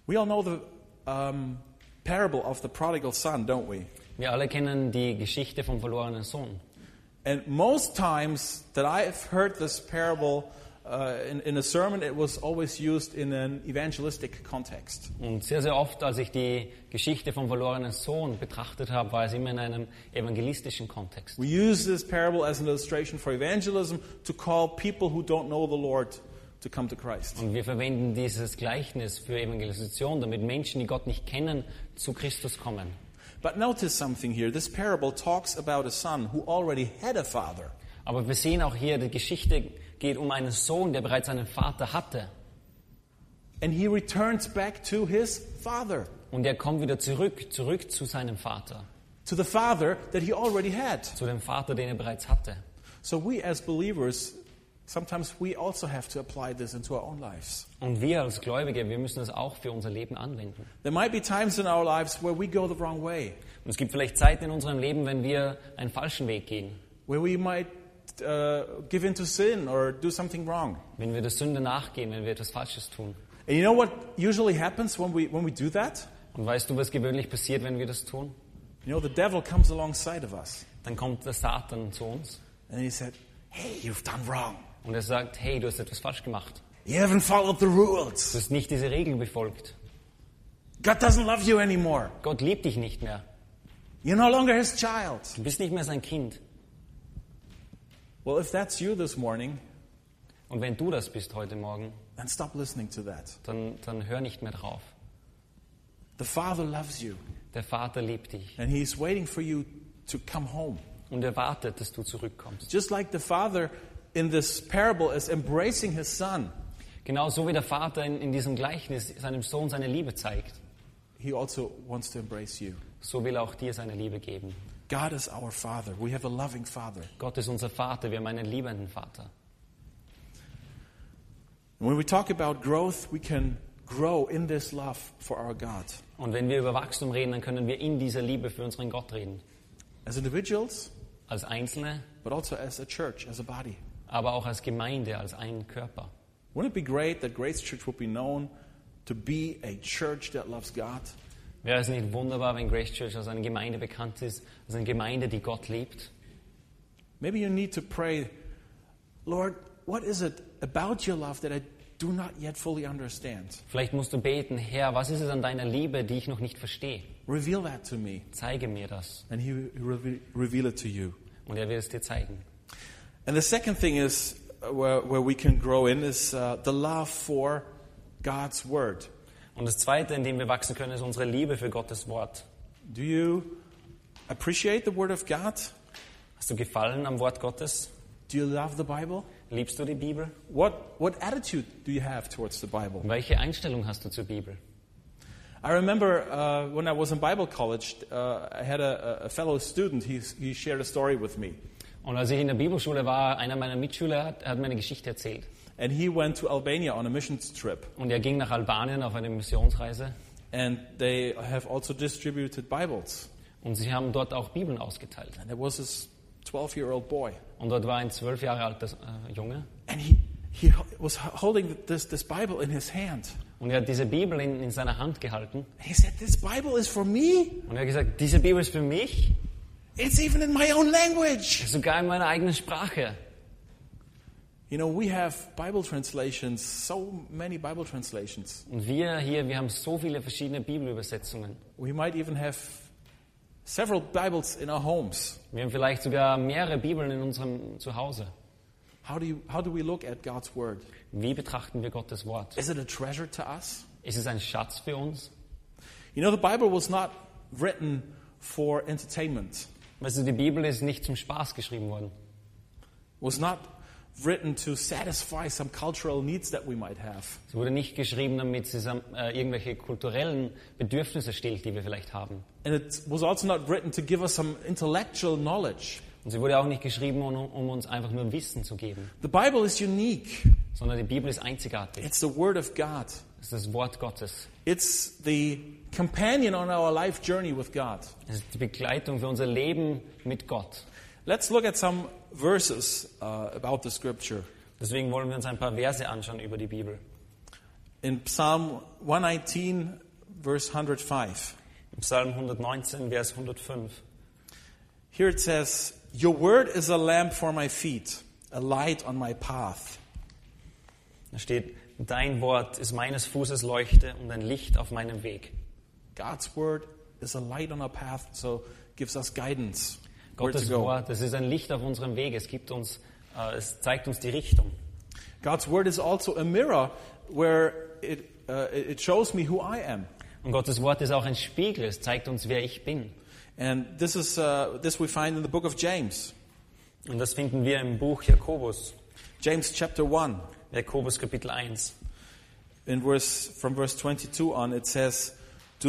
[SPEAKER 1] We all know the um, parable of the prodigal son, don't we?
[SPEAKER 2] Wir alle kennen die Geschichte vom verlorenen Sohn.
[SPEAKER 1] And most times that I have heard this parable uh, in, in a sermon, it was always used in an evangelistic context.
[SPEAKER 2] Und sehr, sehr oft, als ich die Geschichte vom verlorenen Sohn betrachtet habe, war es immer in einem evangelistischen Kontext.
[SPEAKER 1] We use this parable as an illustration for evangelism to call people who don't know the Lord to come to Christ.
[SPEAKER 2] Und wir verwenden dieses Gleichnis für Evangelisation, damit Menschen, die Gott nicht kennen, zu Christus kommen.
[SPEAKER 1] But notice something here. This parable talks about a son who already had a father.
[SPEAKER 2] Aber wir sehen auch hier, die Geschichte geht um einen Sohn, der bereits einen Vater hatte.
[SPEAKER 1] And he returns back to his father,
[SPEAKER 2] Und er kommt wieder zurück, zurück zu seinem Vater,
[SPEAKER 1] to the father that he already had.
[SPEAKER 2] zu dem Vater, den er bereits hatte.
[SPEAKER 1] So we as believers, sometimes we also have to apply this into our own lives.
[SPEAKER 2] Und wir als Gläubige, wir müssen das auch für unser Leben anwenden.
[SPEAKER 1] There might be times in our lives where we go the wrong way,
[SPEAKER 2] Und es gibt vielleicht Zeiten in unserem Leben, wenn wir einen falschen Weg gehen,
[SPEAKER 1] where we might uh, give in to sin or do something wrong.
[SPEAKER 2] wenn wir der Sünde nachgehen, wenn wir etwas Falsches tun.
[SPEAKER 1] And you know what usually happens when we, when we do that?
[SPEAKER 2] Und weißt du, was gewöhnlich passiert, wenn wir das tun?
[SPEAKER 1] You know, the devil comes alongside of us
[SPEAKER 2] Dann kommt der Satan zu uns
[SPEAKER 1] and he said, Hey, you've done wrong.
[SPEAKER 2] und er sagt, hey, du hast etwas falsch gemacht.
[SPEAKER 1] You haven't followed the
[SPEAKER 2] Du
[SPEAKER 1] rules.
[SPEAKER 2] hast nicht diese Regeln befolgt.
[SPEAKER 1] God doesn't love you anymore.
[SPEAKER 2] Gott liebt dich nicht mehr.
[SPEAKER 1] You're no longer his child.
[SPEAKER 2] Du bist nicht mehr sein Kind.
[SPEAKER 1] Well, if that's you this morning,
[SPEAKER 2] Und wenn du das bist heute Morgen,
[SPEAKER 1] then stop listening to that.
[SPEAKER 2] dann, dann hör nicht mehr drauf.
[SPEAKER 1] The Father loves you
[SPEAKER 2] Der Vater liebt dich
[SPEAKER 1] and he's waiting for you to come home.
[SPEAKER 2] und er wartet, dass du zurückkommst.
[SPEAKER 1] Just like the Father in this parable is embracing his Son,
[SPEAKER 2] Genauso Genau wie der Vater in, in diesem Gleichnis seinem Sohn seine Liebe zeigt,
[SPEAKER 1] he also wants to embrace you.
[SPEAKER 2] so will er auch dir seine Liebe geben.
[SPEAKER 1] God is our Father. We have a loving Father.
[SPEAKER 2] Gott ist unser Vater, wir haben einen liebenden Vater.
[SPEAKER 1] When we talk about growth, we can grow in this love for our God.
[SPEAKER 2] Und wenn wir über Wachstum reden, dann können wir in dieser Liebe für unseren Gott reden.
[SPEAKER 1] As individuals,
[SPEAKER 2] Als Einzelne,
[SPEAKER 1] but also as a church, as a body.
[SPEAKER 2] aber auch als Gemeinde, als einen Körper.
[SPEAKER 1] Wouldn't it be great that Grace Church would be known to be a church that loves God?
[SPEAKER 2] Wäre es nicht wunderbar, wenn Grace Church als eine Gemeinde bekannt ist, als eine Gemeinde, die Gott liebt?
[SPEAKER 1] Maybe you need to pray, Lord, what is it about your love that I do not yet fully understand?
[SPEAKER 2] Vielleicht musst du beten, Herr, was ist es an deiner Liebe, die ich noch nicht verstehe?
[SPEAKER 1] Reveal that to me.
[SPEAKER 2] Zeige mir das.
[SPEAKER 1] and he will reve- reveal it to you.
[SPEAKER 2] Und er wird es dir zeigen.
[SPEAKER 1] And the second thing is uh, where, where we can grow in is uh, the love for God's word.
[SPEAKER 2] Und das Zweite, in dem wir wachsen können, ist unsere Liebe für Gottes Wort.
[SPEAKER 1] Do you appreciate the word of God?
[SPEAKER 2] Hast du Gefallen am Wort Gottes?
[SPEAKER 1] Do you love the Bible?
[SPEAKER 2] Liebst du die Bibel?
[SPEAKER 1] What what attitude do you have towards the Bible?
[SPEAKER 2] Welche Einstellung hast du zur Bibel?
[SPEAKER 1] I remember uh, when I was in Bible college, uh, I had a, a fellow student. He he shared a story with me,
[SPEAKER 2] Und als ich in der Bibelschule war, einer meiner Mitschüler hat, hat mir eine Geschichte erzählt.
[SPEAKER 1] and he went to Albania on a missions trip,
[SPEAKER 2] Und er ging nach Albanien auf eine Missionsreise
[SPEAKER 1] and they have also distributed Bibles.
[SPEAKER 2] und sie haben dort auch Bibeln ausgeteilt.
[SPEAKER 1] And there was this twelve-year-old boy.
[SPEAKER 2] Und dort war ein zwölf Jahre alter äh, Junge
[SPEAKER 1] And he, he ho- was ho- holding this, this Bible in his hand.
[SPEAKER 2] und er hat diese Bibel in, in seiner Hand gehalten
[SPEAKER 1] And he said, This Bible is for me?
[SPEAKER 2] und er hat gesagt, diese Bibel ist für mich,
[SPEAKER 1] It's even in my own language.
[SPEAKER 2] sogar in meiner eigenen Sprache.
[SPEAKER 1] You know, we have Bible translations, so many Bible translations.
[SPEAKER 2] Und wir hier, wir haben so viele verschiedene Bibelübersetzungen.
[SPEAKER 1] We might even have several Bibles in our homes.
[SPEAKER 2] Wir haben vielleicht sogar mehrere Bibeln in unserem Zuhause.
[SPEAKER 3] How do, you, how do we look at God's Word?
[SPEAKER 2] Wie betrachten wir Gottes Wort?
[SPEAKER 3] Is it a treasure to us?
[SPEAKER 2] Ist es ein Schatz für uns?
[SPEAKER 1] You know, the Bible was not written for entertainment,
[SPEAKER 2] Weißt du, Also die Bibel ist nicht zum Spaß geschrieben worden.
[SPEAKER 1] was not written to satisfy some cultural needs that we might have.
[SPEAKER 2] Sie wurde nicht geschrieben, damit sie sam- äh, irgendwelche kulturellen Bedürfnisse stillt, die wir vielleicht haben.
[SPEAKER 1] And it was also not written to give us some intellectual knowledge.
[SPEAKER 2] Und sie wurde auch nicht geschrieben, um, um uns einfach nur Wissen zu geben,
[SPEAKER 1] The Bible is unique.
[SPEAKER 2] sondern die Bibel ist einzigartig.
[SPEAKER 1] It's the Word of God.
[SPEAKER 2] Es ist das Wort Gottes.
[SPEAKER 1] It's the companion on our life journey with God.
[SPEAKER 2] Es ist die Begleitung für unser Leben mit Gott.
[SPEAKER 1] Let's look at some verses uh, about the Scripture.
[SPEAKER 2] Deswegen wollen wir uns ein paar Verse anschauen über die Bibel.
[SPEAKER 1] In Psalm 119, verse 105,
[SPEAKER 2] Im Psalm 119, Vers 105.
[SPEAKER 1] here it says, Your word is a lamp for my feet, a light on my path.
[SPEAKER 2] Da steht, dein Wort ist meines Fußes Leuchte und ein Licht auf meinem Weg.
[SPEAKER 1] God's word is a light on our path, so gives us guidance where to
[SPEAKER 2] Gottes
[SPEAKER 1] go.
[SPEAKER 2] Wort, es ist ein Licht auf unserem Weg. Es gibt uns, äh, es zeigt uns die Richtung.
[SPEAKER 1] God's word is also a mirror where it, uh, it it shows me who I am.
[SPEAKER 2] Und Gottes Wort ist auch ein Spiegel. Es zeigt uns, wer ich bin.
[SPEAKER 1] And this is uh, this we find in the book of James,
[SPEAKER 2] Und das finden wir im Buch Jakobus.
[SPEAKER 1] James chapter one,
[SPEAKER 2] Jakobus Kapitel 1.
[SPEAKER 1] in verse from verse 22 on. It says, "Do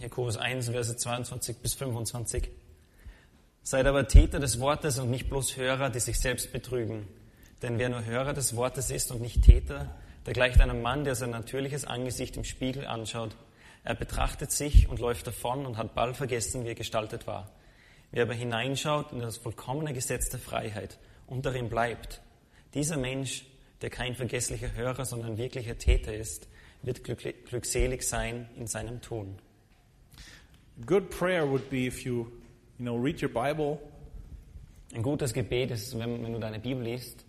[SPEAKER 2] Jakobus 1, Verse 22 bis 25. Seid aber Täter des Wortes und nicht bloß Hörer, die sich selbst betrügen. Denn wer nur Hörer des Wortes ist und nicht Täter, der gleicht einem Mann, der sein natürliches Angesicht im Spiegel anschaut. Er betrachtet sich und läuft davon und hat bald vergessen, wie er gestaltet war. Wer aber hineinschaut in das vollkommene Gesetz der Freiheit und darin bleibt, dieser Mensch, der kein vergesslicher Hörer, sondern ein wirklicher Täter ist, wird glückli- glückselig sein in seinem Tun.
[SPEAKER 1] Good prayer would be if you, you know, read your Bible.
[SPEAKER 2] Ein gutes Gebet ist, wenn, wenn du deine Bibel liest.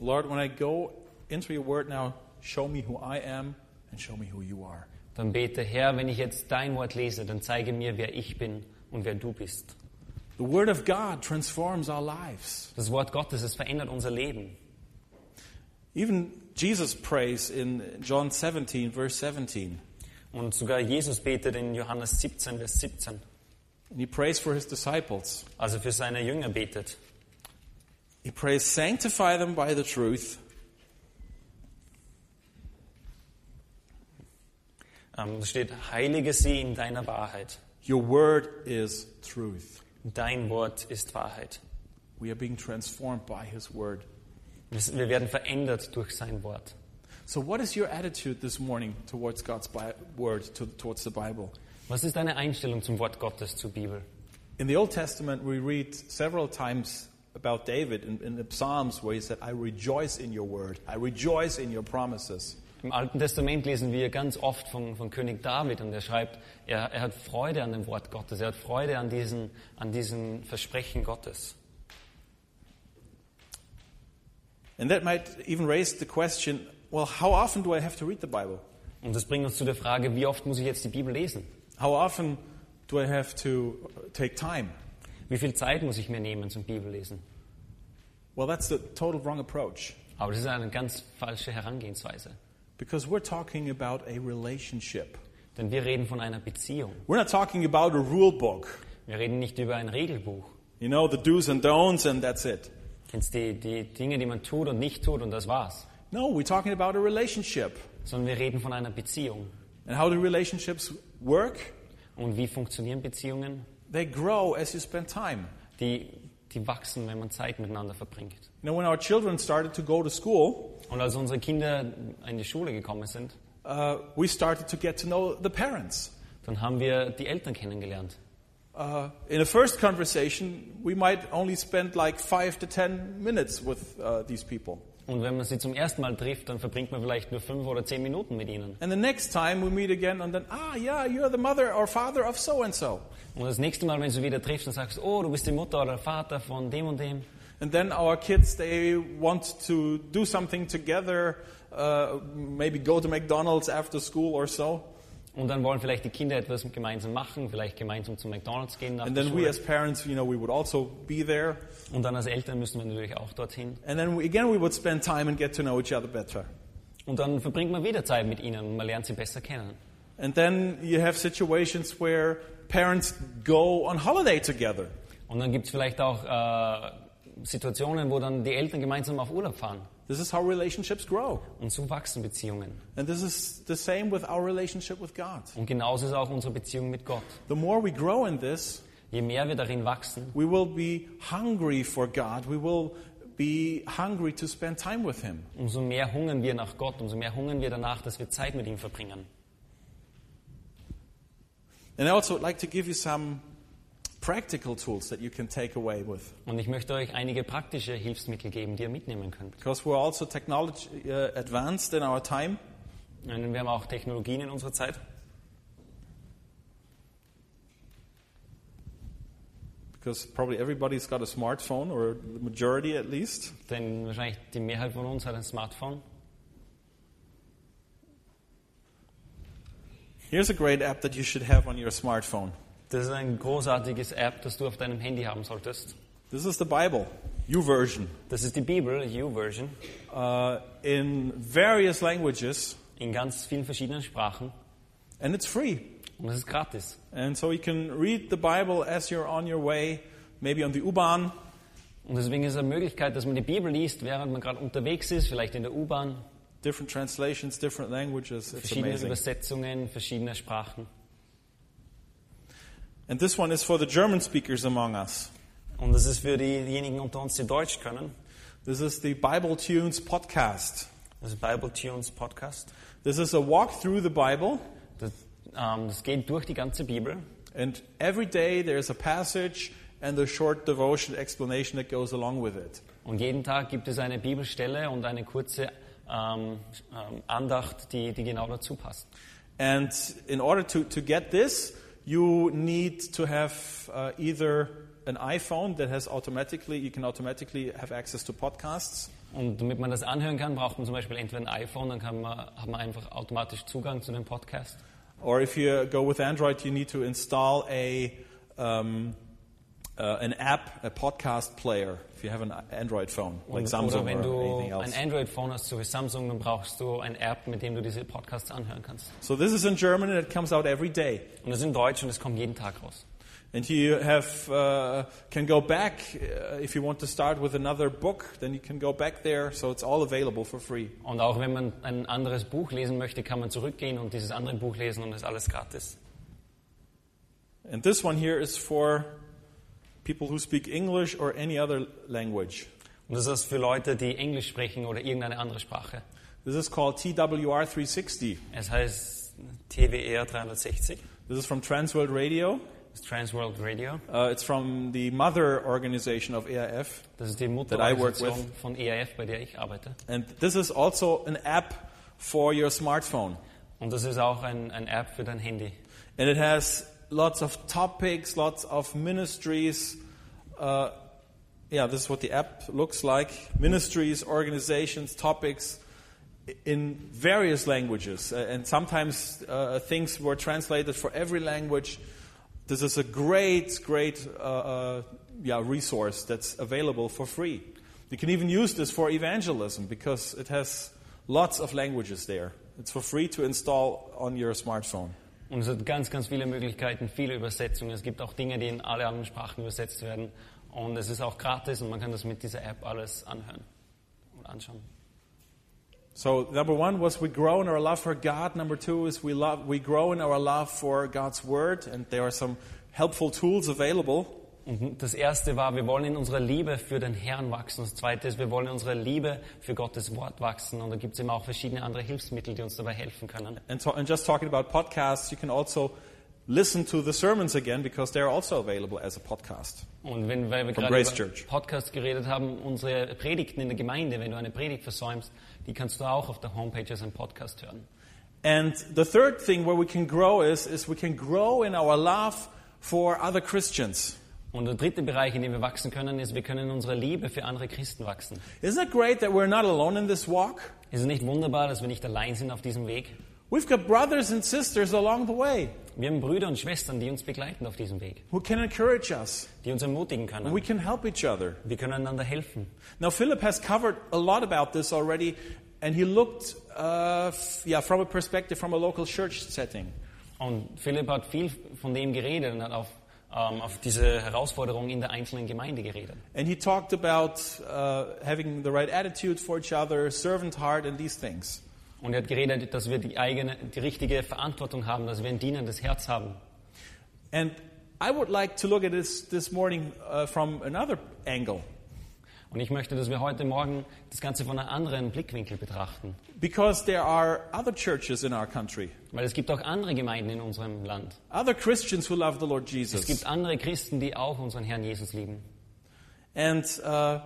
[SPEAKER 1] Lord, when I go into your word now, show me who I am and show me who you are.
[SPEAKER 2] Dann bete, Herr, wenn ich jetzt dein Wort lese, dann zeige mir, wer ich bin und wer du bist.
[SPEAKER 1] The word of God transforms our lives.
[SPEAKER 2] Das Wort Gottes, es verändert unser Leben.
[SPEAKER 1] Even Jesus prays in John 17, verse 17.
[SPEAKER 2] Und sogar Jesus betet in Johannes 17, Vers 17,
[SPEAKER 1] And he prays for his disciples.
[SPEAKER 2] also für seine Jünger betet.
[SPEAKER 1] He prays, Sanctify them by the truth.
[SPEAKER 2] Ähm, da steht, heilige sie in deiner Wahrheit.
[SPEAKER 1] Your word is truth.
[SPEAKER 2] Dein Wort ist Wahrheit.
[SPEAKER 1] We are being transformed by his word.
[SPEAKER 2] Wir s- wir werden verändert durch sein Wort.
[SPEAKER 1] So, what is your attitude this morning towards God's Bi- word, to, towards the Bible?
[SPEAKER 2] Was ist deine Einstellung zum Wort Gottes, zur Bibel?
[SPEAKER 1] In the Old Testament, we read several times about David in, in the Psalms where he said, I rejoice in your word, I rejoice in your promises.
[SPEAKER 2] Im Alten Testament lesen wir ganz oft von, von König David und er schreibt, er, er hat Freude an dem Wort Gottes, er hat Freude an diesen, an diesen Versprechen Gottes.
[SPEAKER 1] And that might even raise the question well, how often do I have to read the Bible?
[SPEAKER 2] Und das bringt uns zu der Frage, wie oft muss ich jetzt die Bibel lesen?
[SPEAKER 1] How often do I have to uh, take time?
[SPEAKER 2] Wie viel Zeit muss ich mir nehmen zum Bibellesen?
[SPEAKER 1] Well, that's the total wrong approach.
[SPEAKER 2] Aber das ist eine ganz falsche Herangehensweise.
[SPEAKER 1] Because we're talking about a relationship.
[SPEAKER 2] Denn wir reden von einer Beziehung.
[SPEAKER 1] We're not talking about a rule book.
[SPEAKER 2] Wir reden nicht über ein Regelbuch.
[SPEAKER 1] You know, the do's and don'ts, and that's it.
[SPEAKER 2] Kennst die, die Dinge, die man tut und nicht tut und das war's.
[SPEAKER 1] No, we're talking about a relationship.
[SPEAKER 2] Sondern wir reden von einer Beziehung.
[SPEAKER 1] And how do relationships work?
[SPEAKER 2] Und wie funktionieren Beziehungen?
[SPEAKER 1] They grow as you spend time.
[SPEAKER 2] Die, die wachsen, when man Zeit miteinander verbringt.
[SPEAKER 1] You know, when our children started to go to school,
[SPEAKER 2] Und als unsere Kinder in die Schule gekommen sind,
[SPEAKER 1] uh, we started to get to know the parents.
[SPEAKER 2] dann haben wir die Eltern kennengelernt.
[SPEAKER 1] Uh, in the first conversation, we might only spend like five to ten minutes with uh, these people.
[SPEAKER 2] Und wenn man sie zum ersten Mal trifft, dann verbringt man vielleicht nur fünf oder zehn Minuten mit ihnen.
[SPEAKER 1] And the next time we meet again, and then, ah, yeah, you're the mother or father of so and so.
[SPEAKER 2] Und das nächste Mal, wenn du sie wieder triffst, dann sagst du, oh, du bist die Mutter oder der Vater von dem und dem.
[SPEAKER 1] And then our kids, they want to do something together, uh, maybe go to McDonald's after school or so.
[SPEAKER 2] Und dann wollen vielleicht die Kinder etwas gemeinsam machen, vielleicht gemeinsam zu McDonalds gehen nach
[SPEAKER 1] And
[SPEAKER 2] der
[SPEAKER 1] then we
[SPEAKER 2] Schule.
[SPEAKER 1] as parents, you know, we would also be there.
[SPEAKER 2] Und dann als Eltern müssen wir natürlich auch dorthin.
[SPEAKER 1] And then we, again, we would spend time and get to know each other better.
[SPEAKER 2] Und dann verbringt man wieder Zeit mit ihnen und man lernt sie besser kennen.
[SPEAKER 1] And then you have situations where parents go on holiday together.
[SPEAKER 2] Und dann gibt es vielleicht auch äh, Situationen, wo dann die Eltern gemeinsam auf Urlaub fahren.
[SPEAKER 1] This is how relationships grow.
[SPEAKER 2] Und so wachsen Beziehungen.
[SPEAKER 1] And this is the same with our relationship with God.
[SPEAKER 2] Und genauso ist auch unsere Beziehung mit Gott.
[SPEAKER 1] The more we grow in this,
[SPEAKER 2] Je mehr wir darin wachsen,
[SPEAKER 1] we will be hungry for God. We will be hungry to spend time with Him.
[SPEAKER 2] umso mehr hungern wir nach Gott, umso mehr hungern wir danach, dass wir Zeit mit ihm verbringen.
[SPEAKER 1] And I also would like to give you some practical tools that you can take away with.
[SPEAKER 2] Und ich möchte euch einige praktische Hilfsmittel geben, die ihr mitnehmen könnt.
[SPEAKER 1] Because we're also technology uh, advanced in our time.
[SPEAKER 2] Und wir haben auch Technologien in unserer Zeit.
[SPEAKER 1] Because probably everybody's got a smartphone, or the majority at least.
[SPEAKER 2] Denn wahrscheinlich die Mehrheit von uns hat ein Smartphone.
[SPEAKER 1] Here's a great app that you should have on your smartphone.
[SPEAKER 2] Das ist ein großartiges App, das du auf deinem Handy haben solltest.
[SPEAKER 1] This is the Bible, U version,
[SPEAKER 2] Das ist die Bibel, U-Version,
[SPEAKER 1] uh, in various languages,
[SPEAKER 2] in ganz vielen verschiedenen Sprachen.
[SPEAKER 1] and it's free.
[SPEAKER 2] Und es ist gratis.
[SPEAKER 1] And so you can read the Bible as you're on your way, maybe on the U-Bahn,
[SPEAKER 2] Und deswegen ist es eine Möglichkeit, dass man die Bibel liest, während man gerade unterwegs ist, vielleicht in der U-Bahn.
[SPEAKER 1] different translations, different languages. It's
[SPEAKER 2] Verschiedene
[SPEAKER 1] amazing.
[SPEAKER 2] Übersetzungen, verschiedene Sprachen.
[SPEAKER 1] And this one is for the German speakers among us.
[SPEAKER 2] Und das ist für diejenigen unter uns, die Deutsch können.
[SPEAKER 1] This is the Bible Tunes podcast.
[SPEAKER 2] Das ist Bible Tunes Podcast.
[SPEAKER 1] This is a walk through the Bible,
[SPEAKER 2] Das, ähm, das geht durch die ganze Bibel.
[SPEAKER 1] and every day there's a passage and a short devotion explanation that goes along with it.
[SPEAKER 2] Und jeden Tag gibt es eine Bibelstelle und eine kurze ähm, ähm, Andacht, die, die genau dazu passt.
[SPEAKER 1] And in order to, to get this, you need to have uh, either an iPhone that has automatically, you can automatically have access to podcasts,
[SPEAKER 2] Und damit man das anhören kann, braucht man zum Beispiel entweder ein iPhone, dann kann man, hat man einfach automatisch Zugang zu dem Podcast.
[SPEAKER 1] or if you go with Android, you need to install a, um, uh, an app, a podcast player, if you have an Android phone, like
[SPEAKER 2] Und-
[SPEAKER 1] Samsung
[SPEAKER 2] Oder
[SPEAKER 1] or
[SPEAKER 2] wenn
[SPEAKER 1] anything
[SPEAKER 2] du
[SPEAKER 1] else.
[SPEAKER 2] ein Android-Phone hast, so wie Samsung, dann brauchst du ein App, mit dem du diese Podcasts anhören kannst.
[SPEAKER 1] So this is in German and it comes out every day.
[SPEAKER 2] Und das ist in Deutsch und das kommt jeden Tag raus.
[SPEAKER 1] And you have, uh, can go back, uh, if you want to start with another book, then you can go back there, so it's all available for free.
[SPEAKER 2] Und auch wenn man ein anderes Buch lesen möchte, kann man zurückgehen und dieses andere Buch lesen und das ist alles gratis.
[SPEAKER 1] And this one here is for people who speak English or any other language.
[SPEAKER 2] Und das ist für Leute, die Englisch sprechen oder irgendeine andere Sprache.
[SPEAKER 1] This is called TWR 360.
[SPEAKER 2] Es heißt TWR 360,
[SPEAKER 1] This is from Transworld Radio.
[SPEAKER 2] das Transworld Radio.
[SPEAKER 1] Uh, it's from the mother organization of AIF.
[SPEAKER 2] Das ist die
[SPEAKER 1] That I
[SPEAKER 2] Mutterorganisation von ERF, bei der ich arbeite.
[SPEAKER 1] And this is also an app for your smartphone.
[SPEAKER 2] Und das ist auch ein, ein App für dein Handy.
[SPEAKER 1] And it has lots of topics, lots of ministries. Uh, yeah, this is what the app looks like ministries, organizations, topics i- in various languages. Uh, and sometimes uh, things were translated for every language. This is a great, great uh, uh, yeah, resource that's available for free. You can even use this for evangelism because it has lots of languages there. It's for free to install on your smartphone.
[SPEAKER 2] Und es hat ganz, ganz viele Möglichkeiten, viele Übersetzungen. Es gibt auch Dinge, die in alle anderen Sprachen übersetzt werden. Und es ist auch gratis und man kann das mit dieser App alles anhören und anschauen.
[SPEAKER 1] So number one was we grow in our love for God. Number two is we love we grow in our love for God's word, and there are some helpful tools available.
[SPEAKER 2] Und Mhm. das erste war, wir wollen in unserer Liebe für den Herrn wachsen. Das zweite ist, wir wollen in unserer Liebe für Gottes Wort wachsen. Und da gibt es eben auch verschiedene andere Hilfsmittel, die uns dabei helfen können.
[SPEAKER 1] And, so, and just talking about podcasts, you can also listen to the sermons again because they're also available as a podcast.
[SPEAKER 2] Und wenn, weil wir
[SPEAKER 1] From
[SPEAKER 2] gerade
[SPEAKER 1] Grace
[SPEAKER 2] über
[SPEAKER 1] Church.
[SPEAKER 2] Podcast geredet haben, unsere Predigten in der Gemeinde, wenn du eine Predigt versäumst, die kannst du auch auf der Homepage als ein Podcast hören.
[SPEAKER 1] And the third thing where we can grow is, is we can grow in our love for other Christians.
[SPEAKER 2] Und der dritte Bereich, in dem wir wachsen können, ist, wir können in unserer Liebe für andere Christen wachsen.
[SPEAKER 1] Isn't it great that we're not alone in this walk?
[SPEAKER 2] Ist es nicht wunderbar, dass wir nicht allein sind auf diesem Weg?
[SPEAKER 1] We've got brothers and sisters along the way
[SPEAKER 2] Wir haben Brüder und Schwestern, die uns begleiten auf diesem Weg,
[SPEAKER 1] who can encourage us.
[SPEAKER 2] die uns ermutigen können.
[SPEAKER 1] We can help each other.
[SPEAKER 2] Wir können einander helfen.
[SPEAKER 1] Now, Philip has covered a lot about this already, and he looked uh, f- yeah, from a perspective from a local church setting.
[SPEAKER 2] Und Philipp hat viel von dem geredet und hat auf, ähm, auf diese Herausforderung in der einzelnen Gemeinde geredet.
[SPEAKER 1] And he talked about uh, having the right attitude for each other, servant heart, and these things.
[SPEAKER 2] Und er hat geredet, dass wir die eigene, die richtige Verantwortung haben, dass wir ein dienendes Herz haben.
[SPEAKER 1] And I would like to look at this this morning uh, from another angle.
[SPEAKER 2] Und ich möchte, dass wir heute Morgen das Ganze von einem anderen Blickwinkel betrachten.
[SPEAKER 1] Because there are other churches in our country,
[SPEAKER 2] Weil es gibt auch andere Gemeinden in unserem Land.
[SPEAKER 1] other Christians who love the Lord
[SPEAKER 2] Es gibt
[SPEAKER 1] Jesus.
[SPEAKER 2] andere Christen, die auch unseren Herrn Jesus lieben.
[SPEAKER 1] And uh,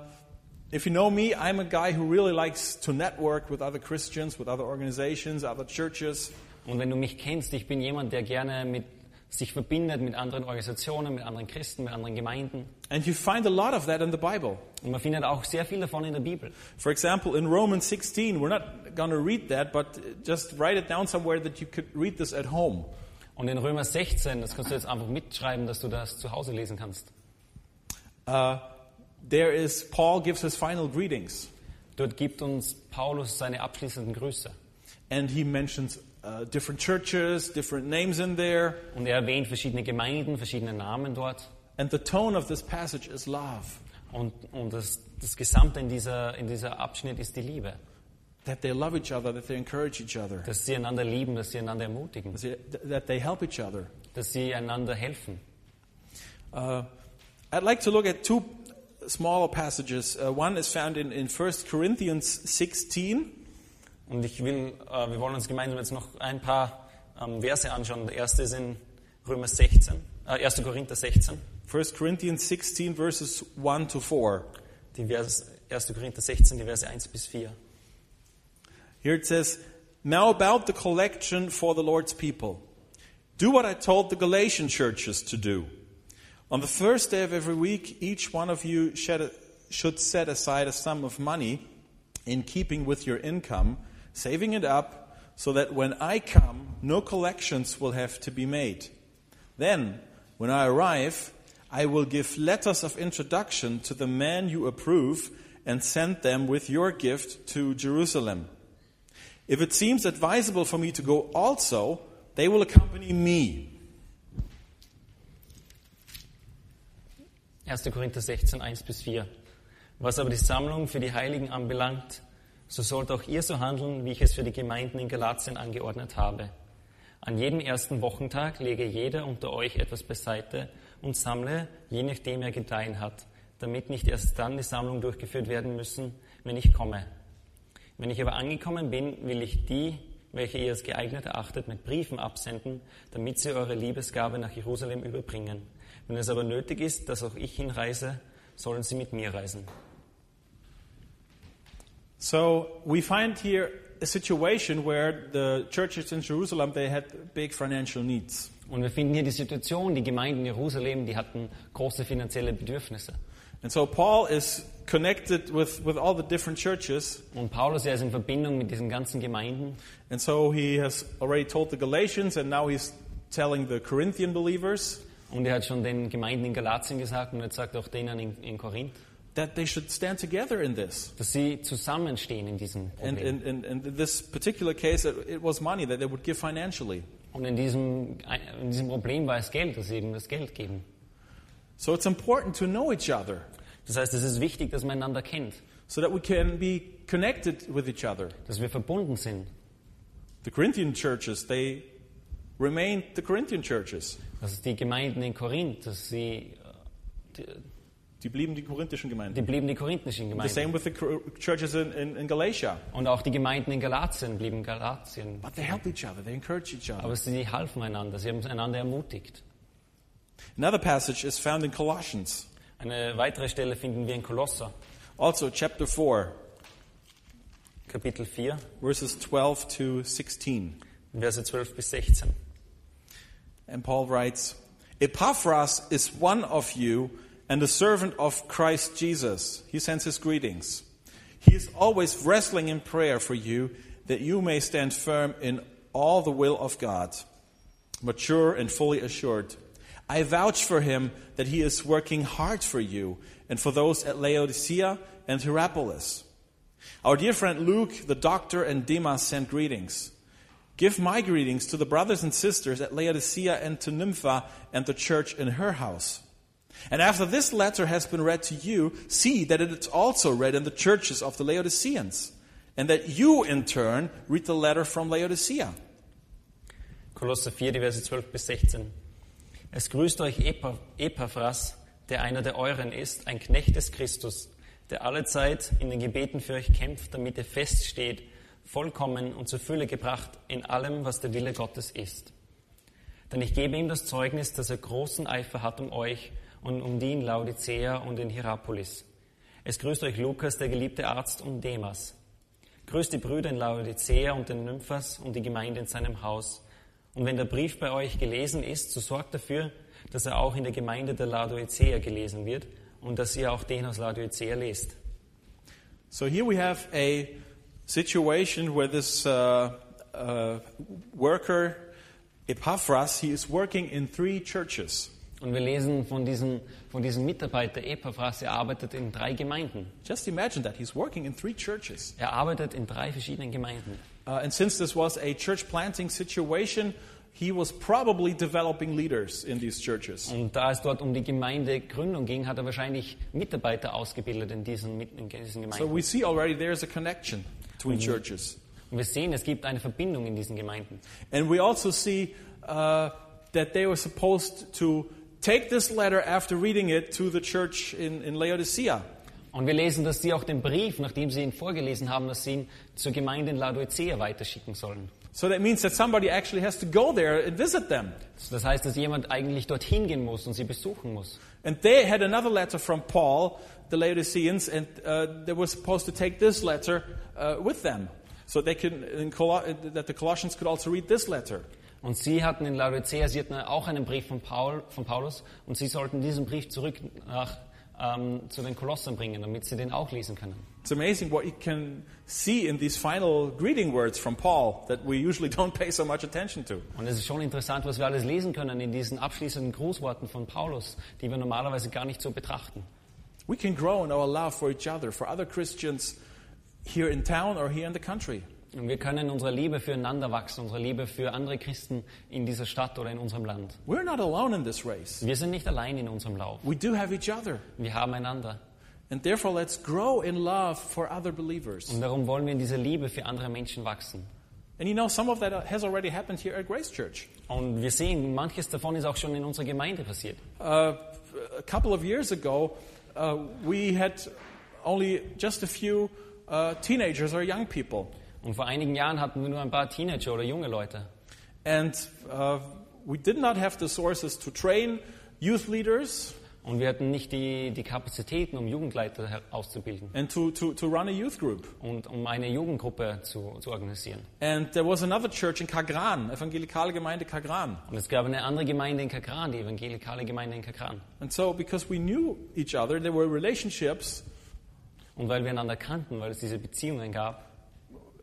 [SPEAKER 1] if you know me, I'm a guy who really likes to network with other Christians, with other organizations, other churches.
[SPEAKER 2] Und wenn du mich kennst, ich bin jemand, der gerne mit, sich verbindet mit anderen Organisationen, mit anderen Christen, mit anderen Gemeinden.
[SPEAKER 1] And you find a lot of that in the Bible.
[SPEAKER 2] Und man findet auch sehr viel davon in der Bibel.
[SPEAKER 1] For example, in Romans 16, we're not going to read that, but uh, just write it down somewhere that you could read this at home.
[SPEAKER 2] Und in Römer 16, das kannst du jetzt einfach mitschreiben, dass du das zu Hause lesen kannst.
[SPEAKER 1] Uh, there is, Paul gives his final greetings,
[SPEAKER 2] Dort gibt uns Paulus seine abschließenden Grüße.
[SPEAKER 1] and he mentions uh, different churches, different names in there,
[SPEAKER 2] Und er erwähnt verschiedene Gemeinden, verschiedene Namen dort.
[SPEAKER 1] and the tone of this passage is love.
[SPEAKER 2] Und, und das, das Gesamte in dieser, in dieser Abschnitt ist die Liebe.
[SPEAKER 1] That they love each other, that they encourage each other,
[SPEAKER 2] Dass sie einander lieben, dass sie einander ermutigen,
[SPEAKER 1] that they- that they help each other.
[SPEAKER 2] dass sie einander helfen.
[SPEAKER 1] Uh, I'd like to look at two smaller passages. Uh, one is found in, in 1 Corinthians 16.
[SPEAKER 2] Und ich will, äh, wir wollen uns gemeinsam jetzt noch ein paar ähm, Verse anschauen. Der erste ist in Römer 16, äh, 1. Korinther 16,
[SPEAKER 1] 1 Corinthians 16, verses 1 to 4.
[SPEAKER 2] die Vers, 1. Korinther 16, die Verse 1 bis 4.
[SPEAKER 1] Here it says, Now about the collection for the Lord's people. Do what I told the Galatian churches to do. On the first day of every week, each one of you shed- should set aside a sum of money in keeping with your income, saving it up so that when I come, no collections will have to be made. Then, when I arrive, I will give letters of introduction to the man you approve and send them with your gift to Jerusalem. If it seems advisable for me to go also, they will accompany me.
[SPEAKER 2] 1. Korinther 16, 1 bis 4. Was aber die Sammlung für die Heiligen anbelangt, so sollt auch ihr so handeln, wie ich es für die Gemeinden in Galatien angeordnet habe. An jedem ersten Wochentag lege jeder unter euch etwas beiseite und sammle, je nachdem er gedeihen hat, damit nicht erst dann die Sammlung durchgeführt werden müssen, wenn ich komme. Wenn ich aber angekommen bin, will ich die, welche ihr als geeignet erachtet, mit Briefen absenden, damit sie eure Liebesgabe nach Jerusalem überbringen. Wenn es aber nötig ist, dass auch ich hinreise, sollen sie mit mir reisen.
[SPEAKER 1] So we find here a situation where the churches in Jerusalem they had big financial needs.
[SPEAKER 2] Und wir finden hier die Situation, die Gemeinden in Jerusalem, die hatten große finanzielle Bedürfnisse.
[SPEAKER 1] And so Paul is connected with, with all the different churches.
[SPEAKER 2] Und Paulus, er ist in Verbindung mit diesen ganzen Gemeinden.
[SPEAKER 1] And so he has already told the Galatians and now he's telling the Corinthian believers
[SPEAKER 2] Und er hat schon den Gemeinden in Galatien gesagt und jetzt sagt er auch denen in, in Korinth,
[SPEAKER 1] that they should stand together in this.
[SPEAKER 2] dass sie zusammenstehen in diesem Problem.
[SPEAKER 1] And, and, and, and in this particular case, it, it was money that they would give financially.
[SPEAKER 2] und in diesem, in diesem Problem war es Geld, dass sie eben das Geld geben.
[SPEAKER 1] So it's important to know each other
[SPEAKER 2] Das heißt, es ist wichtig, dass man einander kennt,
[SPEAKER 1] so that we can be connected with each other.
[SPEAKER 2] dass wir verbunden sind.
[SPEAKER 1] The Corinthian churches, they remained the Corinthian churches.
[SPEAKER 2] Dass die Gemeinden in Korinth, dass sie, äh, die,
[SPEAKER 1] Die blieben die korinthischen Gemeinden.
[SPEAKER 2] Die blieben die korinthischen
[SPEAKER 1] The
[SPEAKER 2] Gemeinden.
[SPEAKER 1] same with the cor- churches in, in, in Galatia.
[SPEAKER 2] Und auch die Gemeinden in Galatien blieben Galatien.
[SPEAKER 3] But they help each other, they encourage each other.
[SPEAKER 2] Aber sie halfen einander, sie haben einander ermutigt.
[SPEAKER 1] Another passage is found in Colossians,
[SPEAKER 2] Eine weitere Stelle finden wir in Kolosser,
[SPEAKER 1] also chapter 4,
[SPEAKER 2] Kapitel 4,
[SPEAKER 1] verses 12 to 16.
[SPEAKER 2] Verse 12 bis 16.
[SPEAKER 1] And Paul writes Epaphras is one of you and a servant of Christ Jesus. He sends his greetings. He is always wrestling in prayer for you that you may stand firm in all the will of God, mature and fully assured. I vouch for him that he is working hard for you and for those at Laodicea and Hierapolis. Our dear friend Luke, the doctor, and Demas send greetings. Give my greetings to the brothers and sisters at Laodicea and to Nympha and the church in her house. And after this letter has been read to you, see that it is also read in the churches of the Laodiceans, and that you in turn read the letter from Laodicea.
[SPEAKER 2] Kolosser 4, die Verse 12 bis 16. Es grüßt euch Epa- Epaphras, der einer der Euren ist, ein Knecht des Christus, der allezeit in den Gebeten für euch kämpft, damit ihr feststeht, vollkommen und zur Fülle gebracht in allem, was der Wille Gottes ist. Denn ich gebe ihm das Zeugnis, dass er großen Eifer hat um euch und um die in Laodicea und in Hierapolis. Es grüßt euch Lukas, der geliebte Arzt, und Demas. Grüßt die Brüder in Laodicea und den Nymphas und die Gemeinde in seinem Haus. Und wenn der Brief bei euch gelesen ist, so sorgt dafür, dass er auch in der Gemeinde der Laodicea gelesen wird und dass ihr auch den aus Laodicea lest.
[SPEAKER 1] So here we have a situation where this uh, uh, worker, Epaphras, he is working in three churches.
[SPEAKER 2] Und wir lesen von diesem, von diesem Mitarbeiter Epaphras, er arbeitet in drei Gemeinden.
[SPEAKER 1] Just imagine that. He's working in three churches.
[SPEAKER 2] Er arbeitet in drei verschiedenen Gemeinden.
[SPEAKER 1] Uh, and since this was a church planting situation, he was probably developing leaders in these churches.
[SPEAKER 2] Und da es dort um die Gemeindegründung ging, hat er wahrscheinlich Mitarbeiter ausgebildet in diesen, in diesen
[SPEAKER 1] So
[SPEAKER 2] Gemeinden.
[SPEAKER 1] we see already there's a connection between churches.
[SPEAKER 2] Und wir sehen, es gibt eine Verbindung in diesen Gemeinden.
[SPEAKER 1] And we also see uh, that they were supposed to take this letter after reading it to the church in, in Laodicea.
[SPEAKER 2] Und wir lesen, dass sie auch den Brief, nachdem sie ihn vorgelesen haben, dass sie ihn zur Gemeinde in Laodicea weiterschicken sollen.
[SPEAKER 1] So that means that somebody actually has to go there and visit them.
[SPEAKER 2] Das heißt, dass jemand eigentlich dorthin gehen muss und sie besuchen muss.
[SPEAKER 1] And they had another letter from Paul, the Laodiceans, and uh, they were supposed to take this letter uh, with them, so they can, in Colo- that the Colossians could also read this letter.
[SPEAKER 2] Und sie hatten in Laodicea, sie hatten auch einen Brief von, Paul, von Paulus und sie sollten diesen Brief zurück nach, ähm, zu den Kolossern bringen, damit sie den auch lesen können.
[SPEAKER 1] It's amazing what you can see in these final greeting words from Paul that we usually don't pay so much attention to.
[SPEAKER 2] Und es ist schon interessant, was wir alles lesen können in diesen abschließenden Grußworten von Paulus, die wir normalerweise gar nicht so betrachten.
[SPEAKER 1] We can grow in our love for each other, for other Christians here in town or here in the country.
[SPEAKER 2] Und wir können in unserer Liebe füreinander wachsen, unsere Liebe für andere Christen in dieser Stadt oder in unserem Land.
[SPEAKER 1] We're not alone in this race.
[SPEAKER 2] Wir sind nicht allein in unserem Lauf.
[SPEAKER 1] We do have each other.
[SPEAKER 2] Wir haben einander.
[SPEAKER 1] And therefore, let's grow in love for other believers.
[SPEAKER 2] Und darum wollen wir in dieser Liebe für andere Menschen wachsen.
[SPEAKER 1] And you know, some of that uh, has already happened here at Grace Church.
[SPEAKER 2] Und wir sehen, manches davon ist auch schon in unserer Gemeinde passiert.
[SPEAKER 1] Uh, a couple of years ago, uh, we had only just a few uh, teenagers or young people.
[SPEAKER 2] Und vor einigen Jahren hatten wir nur ein paar Teenager oder junge Leute.
[SPEAKER 1] And uh, we did not have the sources to train youth leaders
[SPEAKER 2] Und wir hatten nicht die, die Kapazitäten, um Jugendleiter her- auszubilden
[SPEAKER 1] and to, to, to run a youth group.
[SPEAKER 2] und um eine Jugendgruppe zu, zu organisieren.
[SPEAKER 1] And there was another church in Kagran, Evangelikale Gemeinde Kagran.
[SPEAKER 2] Und es gab eine andere Gemeinde in Kakran, die evangelikale Gemeinde in Kakran.
[SPEAKER 1] And so, because we knew each other, there were relationships,
[SPEAKER 2] Und weil wir einander kannten, weil es diese Beziehungen gab.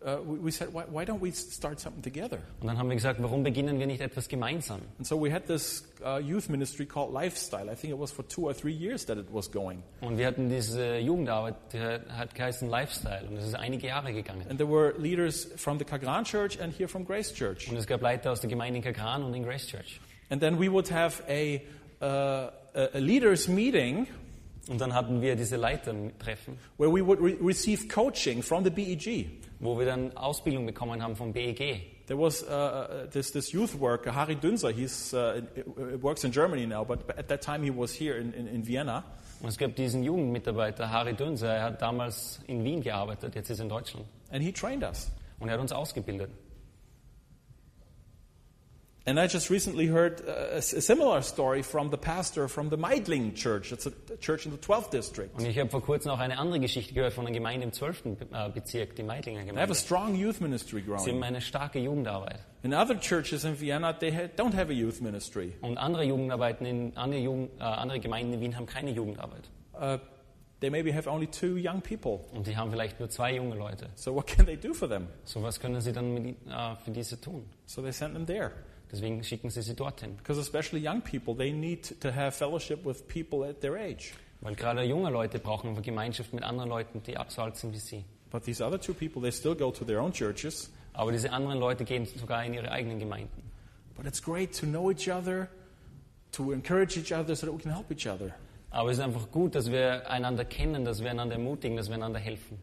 [SPEAKER 1] uh, we, we said, why, why don't we start something together?
[SPEAKER 2] Und dann haben wir gesagt, warum beginnen wir nicht etwas gemeinsam?
[SPEAKER 1] And so we had this uh, youth ministry called Lifestyle. I think it was for two or three years that it was going.
[SPEAKER 2] Und wir hatten diese Jugendarbeit, die hat geheißen Lifestyle. Und das ist einige Jahre gegangen.
[SPEAKER 1] And there were leaders from the Kagran Church and here from Grace Church.
[SPEAKER 2] Und es gab Leiter aus der Gemeinde in Kakran und in Grace Church.
[SPEAKER 1] And then we would have a, uh, a a leaders meeting
[SPEAKER 2] Und dann hatten wir diese Leitertreffen,
[SPEAKER 1] where we would re- receive coaching from the E BEG.
[SPEAKER 2] wo wir dann Ausbildung bekommen haben vom E BEG.
[SPEAKER 1] There was uh, this, this youth worker, Harry Dünser, he's, uh, in- uh, works in Germany now, but at that time he was here in, in, in Vienna.
[SPEAKER 2] Und es gab diesen Jugendmitarbeiter, Harry Dünser, er hat damals in Wien gearbeitet, jetzt ist er in Deutschland.
[SPEAKER 1] And he trained us.
[SPEAKER 2] Und er hat uns ausgebildet.
[SPEAKER 1] And I just recently heard uh, a, s- a similar story from the pastor from the Meidling Church. It's a, a church in the 12th district.
[SPEAKER 2] Und ich habe vor kurzem auch eine andere Geschichte gehört von einer Gemeinde im 12. Be- äh, Bezirk, die Meidlinger
[SPEAKER 1] They have
[SPEAKER 2] Gemeinde.
[SPEAKER 1] a strong youth ministry
[SPEAKER 2] Sie haben
[SPEAKER 1] growing.
[SPEAKER 2] eine starke Jugendarbeit.
[SPEAKER 1] In other churches in Vienna, they ha- don't have a youth ministry.
[SPEAKER 2] Und andere Jugendarbeiten in andere, Jugend, äh, andere Gemeinden in Wien haben keine Jugendarbeit.
[SPEAKER 1] Uh, they maybe have only two young people.
[SPEAKER 2] Und die haben vielleicht nur zwei junge Leute.
[SPEAKER 1] So what can they do for them?
[SPEAKER 2] So was können sie dann mit, äh, für diese tun?
[SPEAKER 1] So they send them there.
[SPEAKER 2] Deswegen schicken sie sie dorthin.
[SPEAKER 1] Because especially young people, they need to have fellowship with people at their age.
[SPEAKER 2] Weil gerade junge Leute brauchen eine Gemeinschaft mit anderen Leuten, die absolut sind wie sie.
[SPEAKER 1] But these other two people, they still go to their own churches.
[SPEAKER 2] Aber diese anderen Leute gehen sogar in ihre eigenen Gemeinden.
[SPEAKER 1] But it's great to know each other, to encourage each other so that we can help each other.
[SPEAKER 2] Aber es ist einfach gut, dass wir einander kennen, dass wir einander ermutigen, dass wir einander helfen.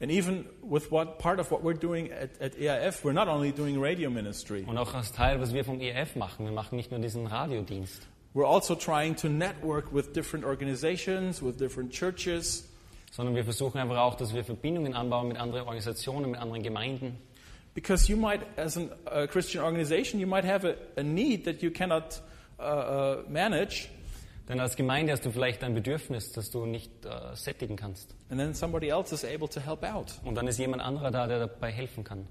[SPEAKER 1] And even with what part of what we're doing at, at EIF, we're not only doing radio ministry,
[SPEAKER 2] Und auch als Teil, was wir vom EF machen. Wir machen nicht nur diesen Radiodienst.
[SPEAKER 1] we're also trying to network with different organizations, with different churches.
[SPEAKER 2] sondern wir versuchen einfach auch, dass wir Verbindungen anbauen mit anderen Organisationen, mit anderen Gemeinden.
[SPEAKER 1] Because you might, as an- a Christian organization, you might have a, a need that you cannot uh, uh, manage,
[SPEAKER 2] Denn als Gemeinde hast du vielleicht ein Bedürfnis, das du nicht äh, sättigen kannst.
[SPEAKER 1] and then somebody else is able to help out.
[SPEAKER 2] Und dann ist jemand anderer da, der dabei helfen kann.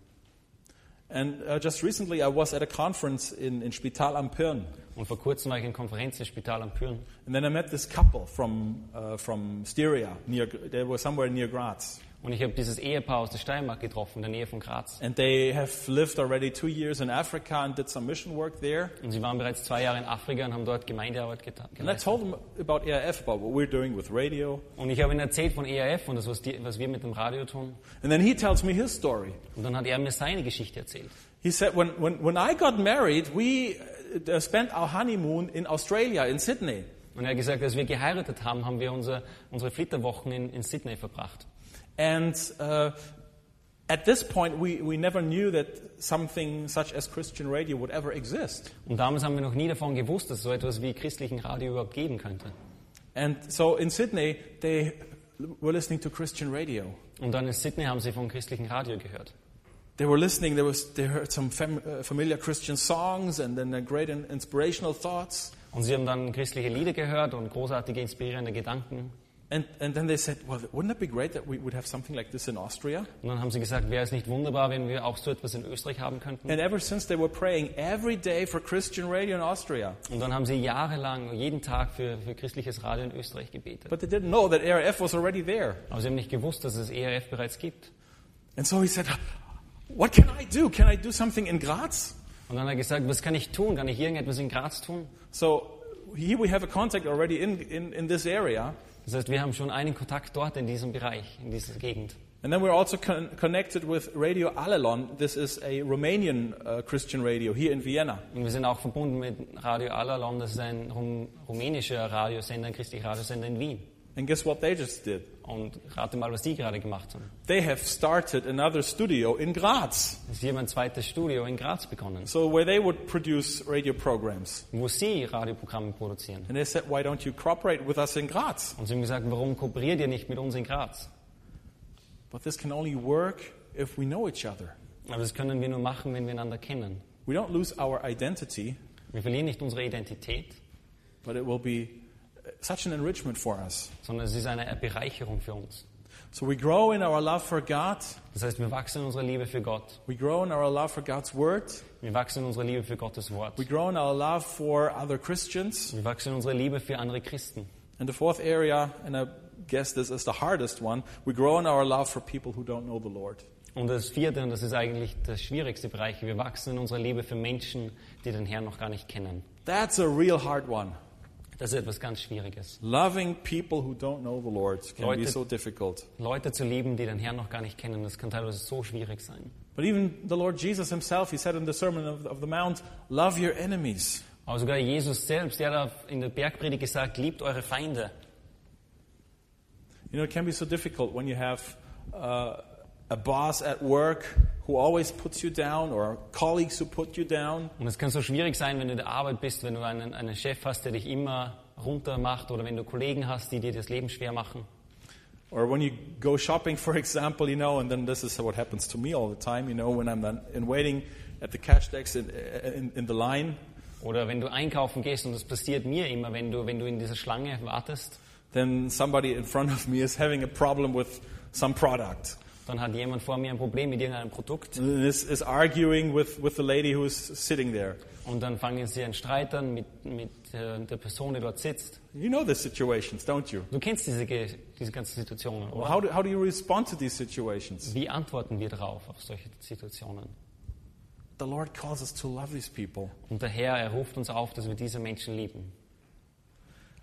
[SPEAKER 1] And uh, just recently, I was at a conference in, in Spital am Pirn,
[SPEAKER 2] Und vor kurzem war ich in Konferenz im Spital am Püren.
[SPEAKER 1] and then I met this couple from uh, from Styria. Near, they were somewhere near Graz,
[SPEAKER 2] Und ich habe dieses Ehepaar aus der Steiermark getroffen, in der Nähe von Graz.
[SPEAKER 1] and they have lived already two years in Africa and did some mission work there.
[SPEAKER 2] Und sie waren bereits zwei Jahre in Afrika und haben dort Gemeindearbeit geta-
[SPEAKER 1] And I
[SPEAKER 2] geleistet.
[SPEAKER 1] told them about ERF, about what we're doing with radio,
[SPEAKER 2] Und ich habe ihnen erzählt von ERF und das, was, die, was wir mit dem Radio tun.
[SPEAKER 1] and then he tells me his story.
[SPEAKER 2] Und dann hat er mir seine Geschichte erzählt.
[SPEAKER 1] He said, when, when, when I got married, we uh, spent our honeymoon in Australia, in Sydney.
[SPEAKER 2] Und er hat gesagt, als wir geheiratet haben, haben wir unser, unsere Flitterwochen in, in Sydney verbracht.
[SPEAKER 1] And uh, at this point, we, we never knew that something such as Christian radio would ever exist.
[SPEAKER 2] Und damals haben wir noch nie davon gewusst, dass es so etwas wie christlichen Radio überhaupt geben könnte.
[SPEAKER 1] And so in Sydney, they were listening to Christian radio.
[SPEAKER 2] Und dann in Sydney haben sie vom christlichen Radio gehört.
[SPEAKER 1] They were listening, there was, they heard some fam- uh, familiar Christian songs and then uh, great in- inspirational thoughts.
[SPEAKER 2] Und sie haben dann christliche Lieder gehört und großartige, inspirierende Gedanken.
[SPEAKER 1] And, and then they said, well, wouldn't it be great that we would have something like this in Austria?
[SPEAKER 2] Und dann haben sie gesagt, wäre es nicht wunderbar, wenn wir auch so etwas in Österreich haben könnten?
[SPEAKER 1] And ever since, they were praying every day for Christian radio in Austria.
[SPEAKER 2] Und dann haben sie jahrelang, jeden Tag für, für christliches Radio in Österreich gebetet.
[SPEAKER 1] But they didn't know that ARF was already there.
[SPEAKER 2] Aber sie haben nicht gewusst, dass es ERF bereits gibt.
[SPEAKER 1] And so he said, What can I do? Can I do something in Graz?
[SPEAKER 2] Und dann hat er gesagt, was kann ich tun? Kann ich irgendetwas in Graz tun?
[SPEAKER 1] So here we have a contact already in, in, in this area.
[SPEAKER 2] Das heißt, wir haben schon einen Kontakt dort in diesem Bereich, in dieser Gegend.
[SPEAKER 1] And then we're also con- connected with Radio Alelon. This is a Romanian uh, Christian radio here in Vienna.
[SPEAKER 2] Und wir sind auch verbunden mit Radio Alalon, das ist ein rum, rumänischer Radiosender, ein christlicher Radiosender in Wien.
[SPEAKER 1] And guess what they just did?
[SPEAKER 2] Und rate mal, was die gerade gemacht haben.
[SPEAKER 1] They have started another studio in Graz.
[SPEAKER 2] Sie haben ein zweites Studio in Graz begonnen,
[SPEAKER 1] So where they would produce radio programs.
[SPEAKER 2] wo sie Radioprogramme produzieren.
[SPEAKER 1] And they said, Why don't you cooperate with us in Graz?
[SPEAKER 2] Und sie haben gesagt, warum kooperiert ihr nicht mit uns in Graz?
[SPEAKER 1] But this can only work if we know each other.
[SPEAKER 2] Aber das können wir nur machen, wenn wir einander kennen.
[SPEAKER 1] We don't lose our identity,
[SPEAKER 2] Wir verlieren nicht unsere Identität,
[SPEAKER 1] but it will be uh, such an enrichment for us.
[SPEAKER 2] sondern es ist eine Bereicherung für uns.
[SPEAKER 1] So we grow in our love for God,
[SPEAKER 2] Das heißt, wir wachsen in unserer Liebe für Gott.
[SPEAKER 1] we grow in our love for God's Word,
[SPEAKER 2] Wir wachsen in unserer Liebe für Gottes Wort.
[SPEAKER 1] we grow in our love for other Christians.
[SPEAKER 2] Wir wachsen in unserer Liebe für andere Christen.
[SPEAKER 1] And the fourth area, and I guess this is the hardest one, we grow in our love for people who don't know the Lord.
[SPEAKER 2] Und das vierte, und das ist eigentlich der schwierigste Bereich, wir wachsen in unserer Liebe für Menschen, die den Herrn noch gar nicht kennen.
[SPEAKER 1] That's a real hard one.
[SPEAKER 2] Das ist etwas ganz Schwieriges.
[SPEAKER 1] Loving people who don't know the Lord can be
[SPEAKER 2] Leute-
[SPEAKER 1] so difficult.
[SPEAKER 2] Leute zu lieben, die den Herrn noch gar nicht kennen, das kann teilweise so schwierig sein.
[SPEAKER 1] But even the Lord Jesus himself, he said in the Sermon of of the Mount, love your enemies.
[SPEAKER 2] Aber sogar Jesus selbst, der hat in der Bergpredigt gesagt, liebt eure Feinde.
[SPEAKER 1] You know, it can be so difficult when you have uh, a boss at work who always puts you down, or colleagues who put you down.
[SPEAKER 2] Und es kann so schwierig sein, wenn du in der Arbeit bist, wenn du einen, einen Chef hast, der dich immer runter macht oder wenn du Kollegen hast, die dir das Leben schwer machen.
[SPEAKER 1] Or when you go shopping, for example, you know, and then this is what happens to me all the time, you know, when I'm then in waiting at the cash decks in, in, in the line,
[SPEAKER 2] Oder wenn du einkaufen gehst und das passiert mir immer, wenn du, wenn du in dieser Schlange wartest,
[SPEAKER 1] then somebody in front of me is having a problem with some product.
[SPEAKER 2] dann hat jemand vor mir ein Problem mit irgendeinem Produkt
[SPEAKER 1] And Is, is arguing with, with the lady who's sitting there.
[SPEAKER 2] und dann fangen sie an Streit an mit, mit äh, der Person, die dort sitzt.
[SPEAKER 1] You know the situations, don't you?
[SPEAKER 2] Du kennst diese, Ge- diese ganzen Situationen,
[SPEAKER 1] Well,
[SPEAKER 2] oder?
[SPEAKER 1] how, do, how do you respond to these situations?
[SPEAKER 2] Wie antworten wir darauf, auf solche Situationen?
[SPEAKER 1] The Lord calls us to love these people.
[SPEAKER 2] Und der Herr, er ruft uns auf, dass wir diese Menschen lieben.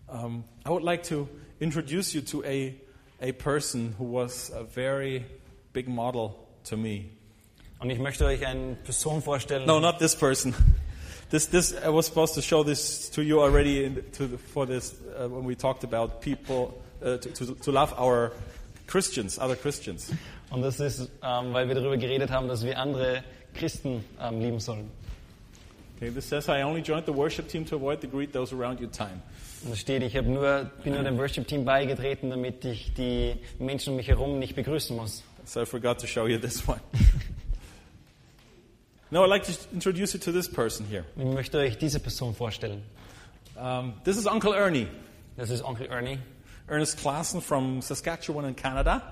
[SPEAKER 1] Um, I would like to introduce you to a, a person who was a very big model to me.
[SPEAKER 2] Und ich möchte euch eine Person vorstellen,
[SPEAKER 1] No, not this person. This, this, I was supposed to show this to you already in, to the, for this uh, when we talked about people uh, to, to, to love our Christians, other Christians.
[SPEAKER 2] und das ist, ähm, weil wir darüber geredet haben, dass wir andere Christen ähm, lieben sollen.
[SPEAKER 1] Okay, this says I only joined the worship team to avoid to greet those around you time.
[SPEAKER 2] Und da steht, ich hab nur, bin nur dem Worship-Team beigetreten, damit ich die Menschen um mich herum nicht begrüßen muss.
[SPEAKER 1] So I forgot to show you this one. no, I'd like to introduce you to this person here.
[SPEAKER 2] Ich möchte euch diese Person vorstellen.
[SPEAKER 1] Um, this is Uncle Ernie,
[SPEAKER 2] Das ist Onkel Ernie.
[SPEAKER 1] Ernest Klassen from Saskatchewan in Canada,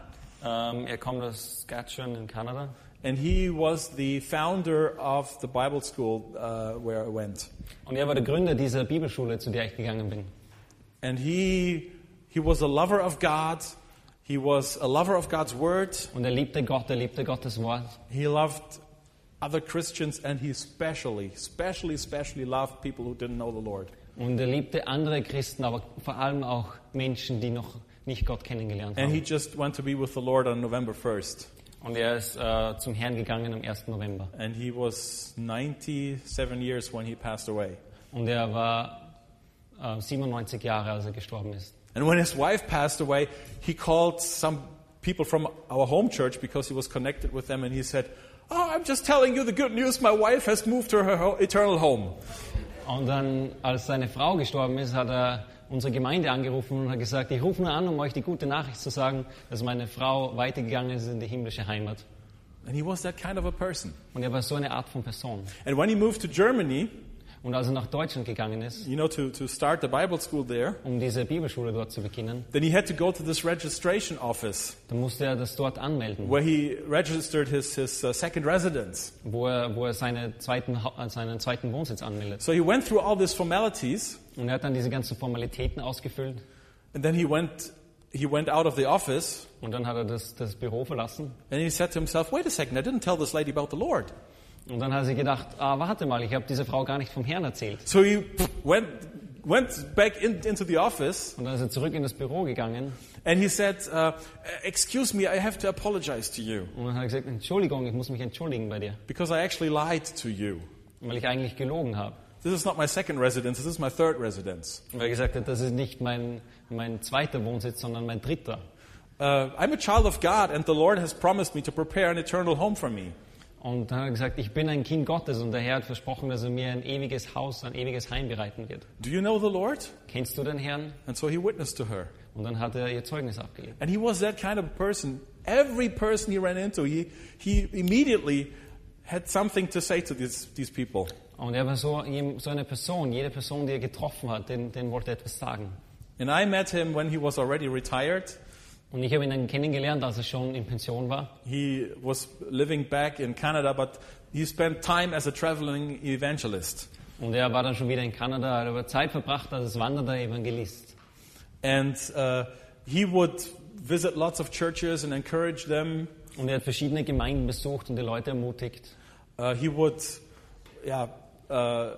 [SPEAKER 2] Ähm, er kommt aus Saskatchewan in Kanada.
[SPEAKER 1] and he was the founder of the Bible school uh, where I went.
[SPEAKER 2] Und er war der Gründer dieser Bibelschule, zu der ich gegangen bin.
[SPEAKER 1] And he he was a lover of God. He was a lover of God's word.
[SPEAKER 2] Und er liebte Gott, er liebte Gottes Wort.
[SPEAKER 1] He loved other Christians, and he especially, especially, especially loved people who didn't know the Lord.
[SPEAKER 2] Und er liebte andere Christen, aber vor allem auch Menschen, die noch nicht Gott kennengelernt
[SPEAKER 1] And
[SPEAKER 2] haben.
[SPEAKER 1] he just went to be with the Lord on November 1st.
[SPEAKER 2] Und er ist äh, zum Herrn gegangen am 1. November.
[SPEAKER 1] And he was 97 years when he passed away.
[SPEAKER 2] Und er war äh, 97 Jahre, als er gestorben ist.
[SPEAKER 1] And when his wife passed away, he called some people from our home church because he was connected with them and he said, Oh, I'm just telling you the good news. My wife has moved to her ho- eternal home.
[SPEAKER 2] Und dann, als seine Frau gestorben ist, hat er unsere Gemeinde angerufen und hat gesagt, ich rufe nur an, um euch die gute Nachricht zu sagen, dass meine Frau weitergegangen ist in die himmlische Heimat.
[SPEAKER 1] And he was that kind of a person.
[SPEAKER 2] Und er war so eine Art von Person.
[SPEAKER 1] And when he moved to Germany,
[SPEAKER 2] Und als er nach Deutschland gegangen ist,
[SPEAKER 1] you know, to, to start the Bible school there,
[SPEAKER 2] um diese Bibelschule dort zu beginnen,
[SPEAKER 1] then he had to go to this registration office
[SPEAKER 2] dann musste er das dort anmelden,
[SPEAKER 1] where he registered his, his uh, second residence.
[SPEAKER 2] wo er, wo er seine zweiten, Hau- äh, seinen zweiten Wohnsitz anmeldet.
[SPEAKER 1] So he went through all these formalities.
[SPEAKER 2] Und er hat dann diese ganzen Formalitäten ausgefüllt
[SPEAKER 1] And then he went, he went out of the office
[SPEAKER 2] und dann hat er das, das Büro verlassen.
[SPEAKER 1] and he said to himself, wait a second, I didn't tell this lady about the Lord.
[SPEAKER 2] Und dann hat sie gedacht, ah, warte mal, ich habe dieser Frau gar nicht vom Herrn erzählt.
[SPEAKER 1] So he went, went back in, into the office
[SPEAKER 2] Und dann ist er zurück in das Büro gegangen
[SPEAKER 1] and he said, uh, excuse me, I have to apologize to you
[SPEAKER 2] Und dann hat er gesagt, Entschuldigung, ich muss mich entschuldigen bei dir,
[SPEAKER 1] because I actually lied to you.
[SPEAKER 2] weil ich eigentlich gelogen habe.
[SPEAKER 1] This is not my second residence, this is my third residence.
[SPEAKER 2] Und Weil er gesagt hat, das ist nicht mein, mein zweiter Wohnsitz, sondern mein dritter.
[SPEAKER 1] Uh, I'm a child of God and the Lord has promised me to prepare an eternal home for me.
[SPEAKER 2] Und dann hat er gesagt, ich bin ein Kind Gottes und der Herr hat versprochen, dass er mir ein ewiges Haus, ein ewiges Heim bereiten wird.
[SPEAKER 1] Do you know the Lord?
[SPEAKER 2] Kennst du den Herrn?
[SPEAKER 1] And so he witnessed to her.
[SPEAKER 2] Und dann hat er ihr Zeugnis abgelegt.
[SPEAKER 1] And he was that kind of person. Every person he ran into, he, he immediately had something to say to these, these people.
[SPEAKER 2] Und er war so, jem- so eine Person, jede Person, die er getroffen hat, den, den wollte er etwas sagen.
[SPEAKER 1] And I met him when he was already retired.
[SPEAKER 2] Und ich habe ihn dann kennengelernt, als er schon in Pension war.
[SPEAKER 1] He was living back in Canada, but he spent time as a traveling evangelist.
[SPEAKER 2] Und er war dann schon wieder in Kanada, er hat aber Zeit verbracht als wandernder Evangelist.
[SPEAKER 1] And uh, he would visit lots of churches and encourage them.
[SPEAKER 2] Und er hat verschiedene Gemeinden besucht und die Leute ermutigt.
[SPEAKER 1] Uh, he would yeah, uh,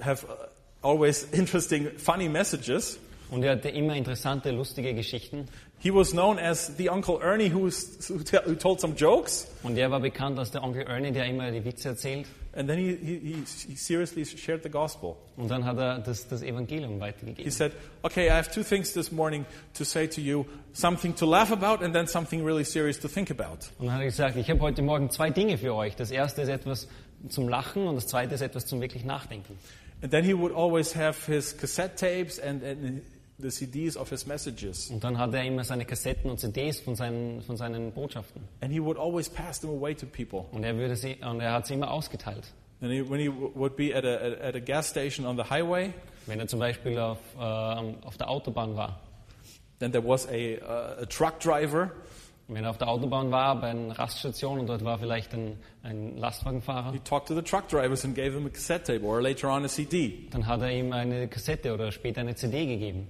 [SPEAKER 1] have uh, always interesting, funny messages.
[SPEAKER 2] Und er hatte immer interessante, lustige Geschichten.
[SPEAKER 1] He was known as the Uncle Ernie who, was, who, te- who told some jokes,
[SPEAKER 2] Und er war bekannt als der Onkel Ernie, der immer die Witze erzählt.
[SPEAKER 1] and then he, he, he, he seriously shared the gospel.
[SPEAKER 2] Und dann hat er das, das Evangelium
[SPEAKER 1] He
[SPEAKER 2] weitergegeben.
[SPEAKER 1] said, Okay, I have two things this morning to say to you something to laugh about, and then something really serious to think about.
[SPEAKER 2] Und dann hat er gesagt, ich habe heute Morgen zwei Dinge für euch. Das erste ist etwas zum Lachen und das zweite ist etwas zum wirklich Nachdenken.
[SPEAKER 1] And then he would always have his cassette tapes and, and the CDs of his messages.
[SPEAKER 2] Und dann hat er immer seine Kassetten und CDs von seinen, von seinen Botschaften.
[SPEAKER 1] And he would always pass them away to people.
[SPEAKER 2] Und er, würde sie, und er hat sie immer ausgeteilt.
[SPEAKER 1] And he, when he w- would be at a, at a- at a gas station on the highway,
[SPEAKER 2] Wenn er zum Beispiel auf, ähm, auf der Autobahn war.
[SPEAKER 1] then there was a, uh, a truck driver.
[SPEAKER 2] Wenn er auf der Autobahn war, bei einer Raststation und dort war vielleicht ein, ein Lastwagenfahrer,
[SPEAKER 1] He talked to the truck drivers and gave them a cassette tape or later on a CD.
[SPEAKER 2] dann hat er ihm eine Kassette oder später eine CD gegeben.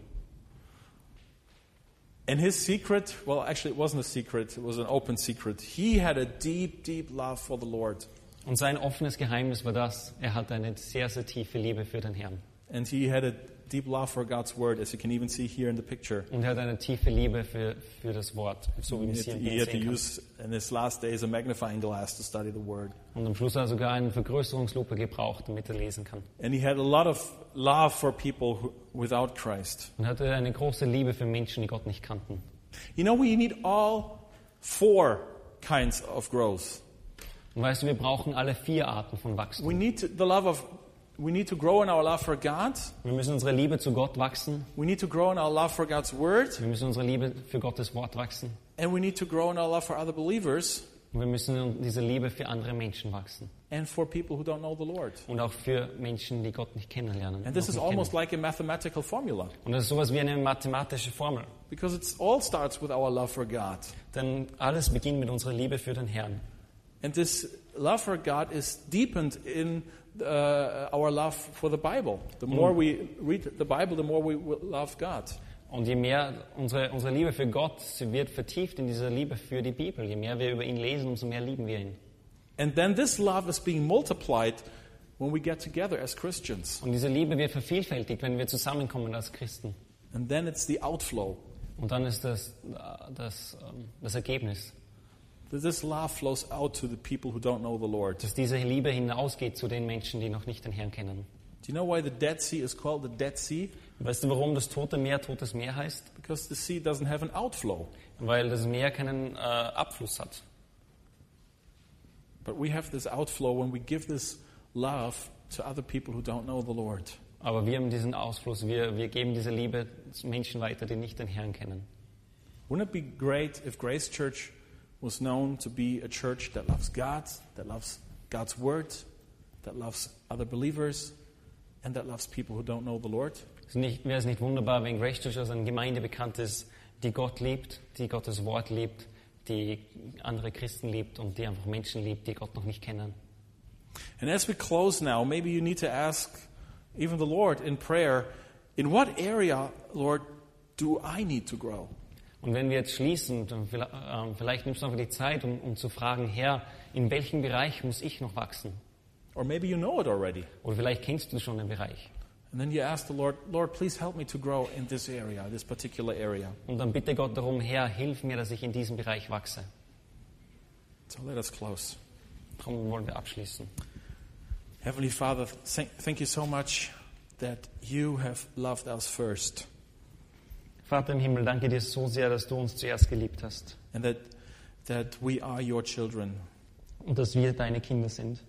[SPEAKER 1] And his secret well, actually, it wasn't a secret, it was an open secret. He had a deep, deep love for the Lord.
[SPEAKER 2] Und sein offenes Geheimnis war das, er hatte eine sehr, sehr tiefe Liebe für den Herrn.
[SPEAKER 1] And he had a deep love for God's word, as you can even see here in the picture.
[SPEAKER 2] Und er hat eine tiefe Liebe für, für das Wort, so wie wir
[SPEAKER 1] He
[SPEAKER 2] es hier
[SPEAKER 1] had,
[SPEAKER 2] im
[SPEAKER 1] he
[SPEAKER 2] Bild
[SPEAKER 1] had to
[SPEAKER 2] sehen können.
[SPEAKER 1] use in his last days a magnifying glass to study the word.
[SPEAKER 2] Und am Schluss hat er sogar eine Vergrößerungslupe gebraucht, damit er lesen kann.
[SPEAKER 1] And he had a lot of love for people who, without Christ.
[SPEAKER 2] Und er hatte eine große Liebe für Menschen, die Gott nicht kannten.
[SPEAKER 1] You know, we need all four kinds of growth.
[SPEAKER 2] Und weißt du, wir brauchen alle vier Arten von Wachstum.
[SPEAKER 1] We need to, the love of, we need to grow in our love for God.
[SPEAKER 2] Wir müssen unsere Liebe zu Gott wachsen,
[SPEAKER 1] We need to grow in our love for God's word,
[SPEAKER 2] wir müssen unsere Liebe für Gottes Wort wachsen
[SPEAKER 1] and we need to grow in our love for other believers
[SPEAKER 2] und wir müssen diese Liebe für andere Menschen wachsen.
[SPEAKER 1] and for people who don't know the Lord.
[SPEAKER 2] Und auch für Menschen, die Gott nicht kennenlernen.
[SPEAKER 1] And this
[SPEAKER 2] noch
[SPEAKER 1] is
[SPEAKER 2] nicht
[SPEAKER 1] almost like a mathematical formula
[SPEAKER 2] kennen. Und das ist sowas wie eine mathematische Formel.
[SPEAKER 1] because it all starts with our love for God.
[SPEAKER 2] Denn alles beginnt mit unserer Liebe für den Herrn.
[SPEAKER 1] And this love for God is deepened in uh, our love for the Bible. The more we read the Bible, the more we will love God.
[SPEAKER 2] Und je mehr unsere, unsere Liebe für Gott, sie wird vertieft in dieser Liebe für die Bibel. Je mehr wir über ihn lesen, umso mehr lieben wir ihn.
[SPEAKER 1] And then this love is being multiplied when we get together as Christians.
[SPEAKER 2] Und diese Liebe wird vervielfältigt, wenn wir zusammenkommen als Christen.
[SPEAKER 1] And then it's the outflow.
[SPEAKER 2] Und dann ist das äh, das, ähm, das Ergebnis,
[SPEAKER 1] That This love flows out to the people who don't know the Lord. Do
[SPEAKER 2] dass diese Liebe hinausgeht zu den Menschen, die noch nicht den Herrn kennen.
[SPEAKER 1] you know why the Dead Sea is called the Dead Sea?
[SPEAKER 2] Weißt du, warum das Tote Meer Totes Meer heißt?
[SPEAKER 1] Because the sea doesn't have an outflow,
[SPEAKER 2] Weil das Meer keinen äh, Abfluss hat.
[SPEAKER 1] but we have this outflow when we give this love to other people who don't know the Lord.
[SPEAKER 2] Aber wir haben diesen Ausfluss, wir, wir geben diese Liebe zu Menschen weiter, die nicht den Herrn kennen.
[SPEAKER 1] Wouldn't it be great if Grace Church was known to be a church that loves God, that loves God's word, that loves other believers, and that loves people who don't know the Lord?
[SPEAKER 2] Es ist nicht- Wäre es nicht wunderbar, wenn Grace Church als eine Gemeinde bekannt ist, die Gott liebt, die Gottes Wort liebt, die andere Christen liebt und die einfach Menschen liebt, die Gott noch nicht kennen?
[SPEAKER 1] And as we close now, maybe you need to ask even the Lord in prayer, in what area, Lord, do I need to grow?
[SPEAKER 2] Und wenn wir jetzt schließen, dann vielleicht, ähm, vielleicht nimmst du einfach die Zeit, um, um zu fragen, Herr, in welchem Bereich muss ich noch wachsen?
[SPEAKER 1] Or maybe you know it already.
[SPEAKER 2] Oder vielleicht kennst du schon einen Bereich.
[SPEAKER 1] And then you ask the Lord, Lord, please help me to grow in this area, this particular area.
[SPEAKER 2] Und dann bitte Gott darum, Herr, hilf mir, dass ich in diesem Bereich wachse.
[SPEAKER 1] So let us close.
[SPEAKER 2] Darum wollen wir abschließen.
[SPEAKER 1] Heavenly Father, thank, thank you so much that you have loved us first
[SPEAKER 2] Vater im Himmel, danke dir so sehr, dass du uns zuerst geliebt hast
[SPEAKER 1] and that, that we are your children.
[SPEAKER 2] und dass wir deine Kinder sind.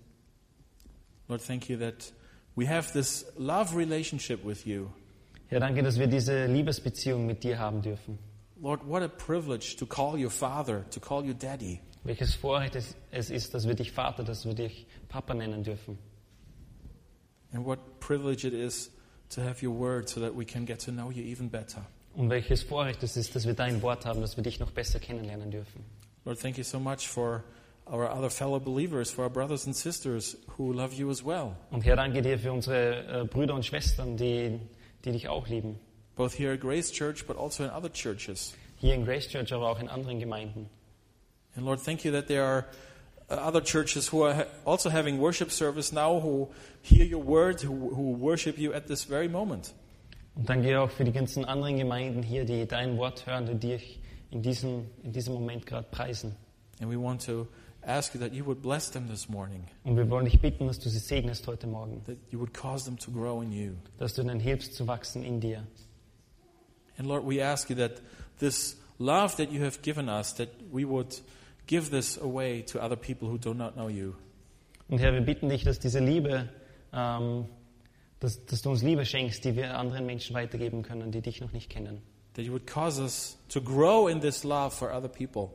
[SPEAKER 1] Lord, thank you that we have this love relationship with you.
[SPEAKER 2] Herr, danke, dass wir diese Liebesbeziehung mit dir haben dürfen.
[SPEAKER 1] Lord, what a privilege to call you Father, to call you Daddy.
[SPEAKER 2] Welches Vorrecht es, es ist, dass wir dich Vater, dass wir dich Papa nennen dürfen.
[SPEAKER 1] And what privilege it is to have your word so that we can get to know you even better.
[SPEAKER 2] Und welches Vorrecht es ist, dass wir dein Wort haben, dass wir dich noch besser kennenlernen dürfen.
[SPEAKER 1] Lord, thank you so much for our other fellow believers, for our brothers and sisters who love you as well,
[SPEAKER 2] Und Herr, danke dir für unsere äh, Brüder und Schwestern, die, die dich auch lieben.
[SPEAKER 1] both here at Grace Church but also in other churches.
[SPEAKER 2] Hier in Grace Church, aber auch in anderen Gemeinden.
[SPEAKER 1] And Lord, thank you that there are uh, other churches who are ha- also having worship service now who hear your word, who, who worship you at this very moment.
[SPEAKER 2] Und danke auch für die ganzen anderen Gemeinden hier, die dein Wort hören und die dich in diesem, in diesem Moment gerade preisen.
[SPEAKER 1] And we want to ask you that you would bless them this morning,
[SPEAKER 2] Und wir wollen dich bitten, dass du sie segnest heute Morgen,
[SPEAKER 1] that you would cause them to grow in you.
[SPEAKER 2] dass du ihnen hilfst zu wachsen in dir.
[SPEAKER 1] And Lord, we ask you that this love that you have given us, that we would give this away to other people who do not know you.
[SPEAKER 2] Und Herr, wir bitten dich, dass diese Liebe, ähm, dass, dass du uns Liebe schenkst, die wir anderen Menschen weitergeben können, die dich noch nicht kennen.
[SPEAKER 1] That you would cause us to grow in this love for other people,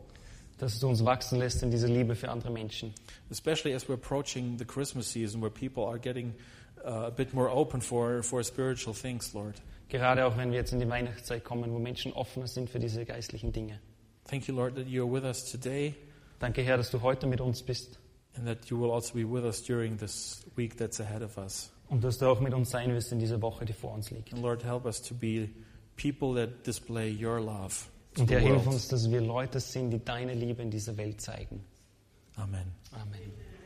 [SPEAKER 2] Dass du uns wachsen lässt in dieser Liebe für andere Menschen.
[SPEAKER 1] especially as we're approaching the Christmas season where people are getting uh, a bit more open for, for spiritual things, Lord.
[SPEAKER 2] Gerade auch wenn wir jetzt in die Weihnachtszeit kommen, wo Menschen offener sind für diese geistlichen Dinge.
[SPEAKER 1] Thank you, Lord, that you're with us today
[SPEAKER 2] Danke, Herr, dass du heute mit uns bist
[SPEAKER 1] and that you will also be with us during this week that's ahead of us.
[SPEAKER 2] und dass du auch mit uns sein wirst in dieser Woche, die vor uns liegt.
[SPEAKER 1] And Lord, help us to be people that display your love to
[SPEAKER 2] Und Herr,
[SPEAKER 1] the
[SPEAKER 2] hilf
[SPEAKER 1] world.
[SPEAKER 2] uns, dass wir Leute sind, die deine Liebe in dieser Welt zeigen.
[SPEAKER 1] Amen.
[SPEAKER 2] Amen.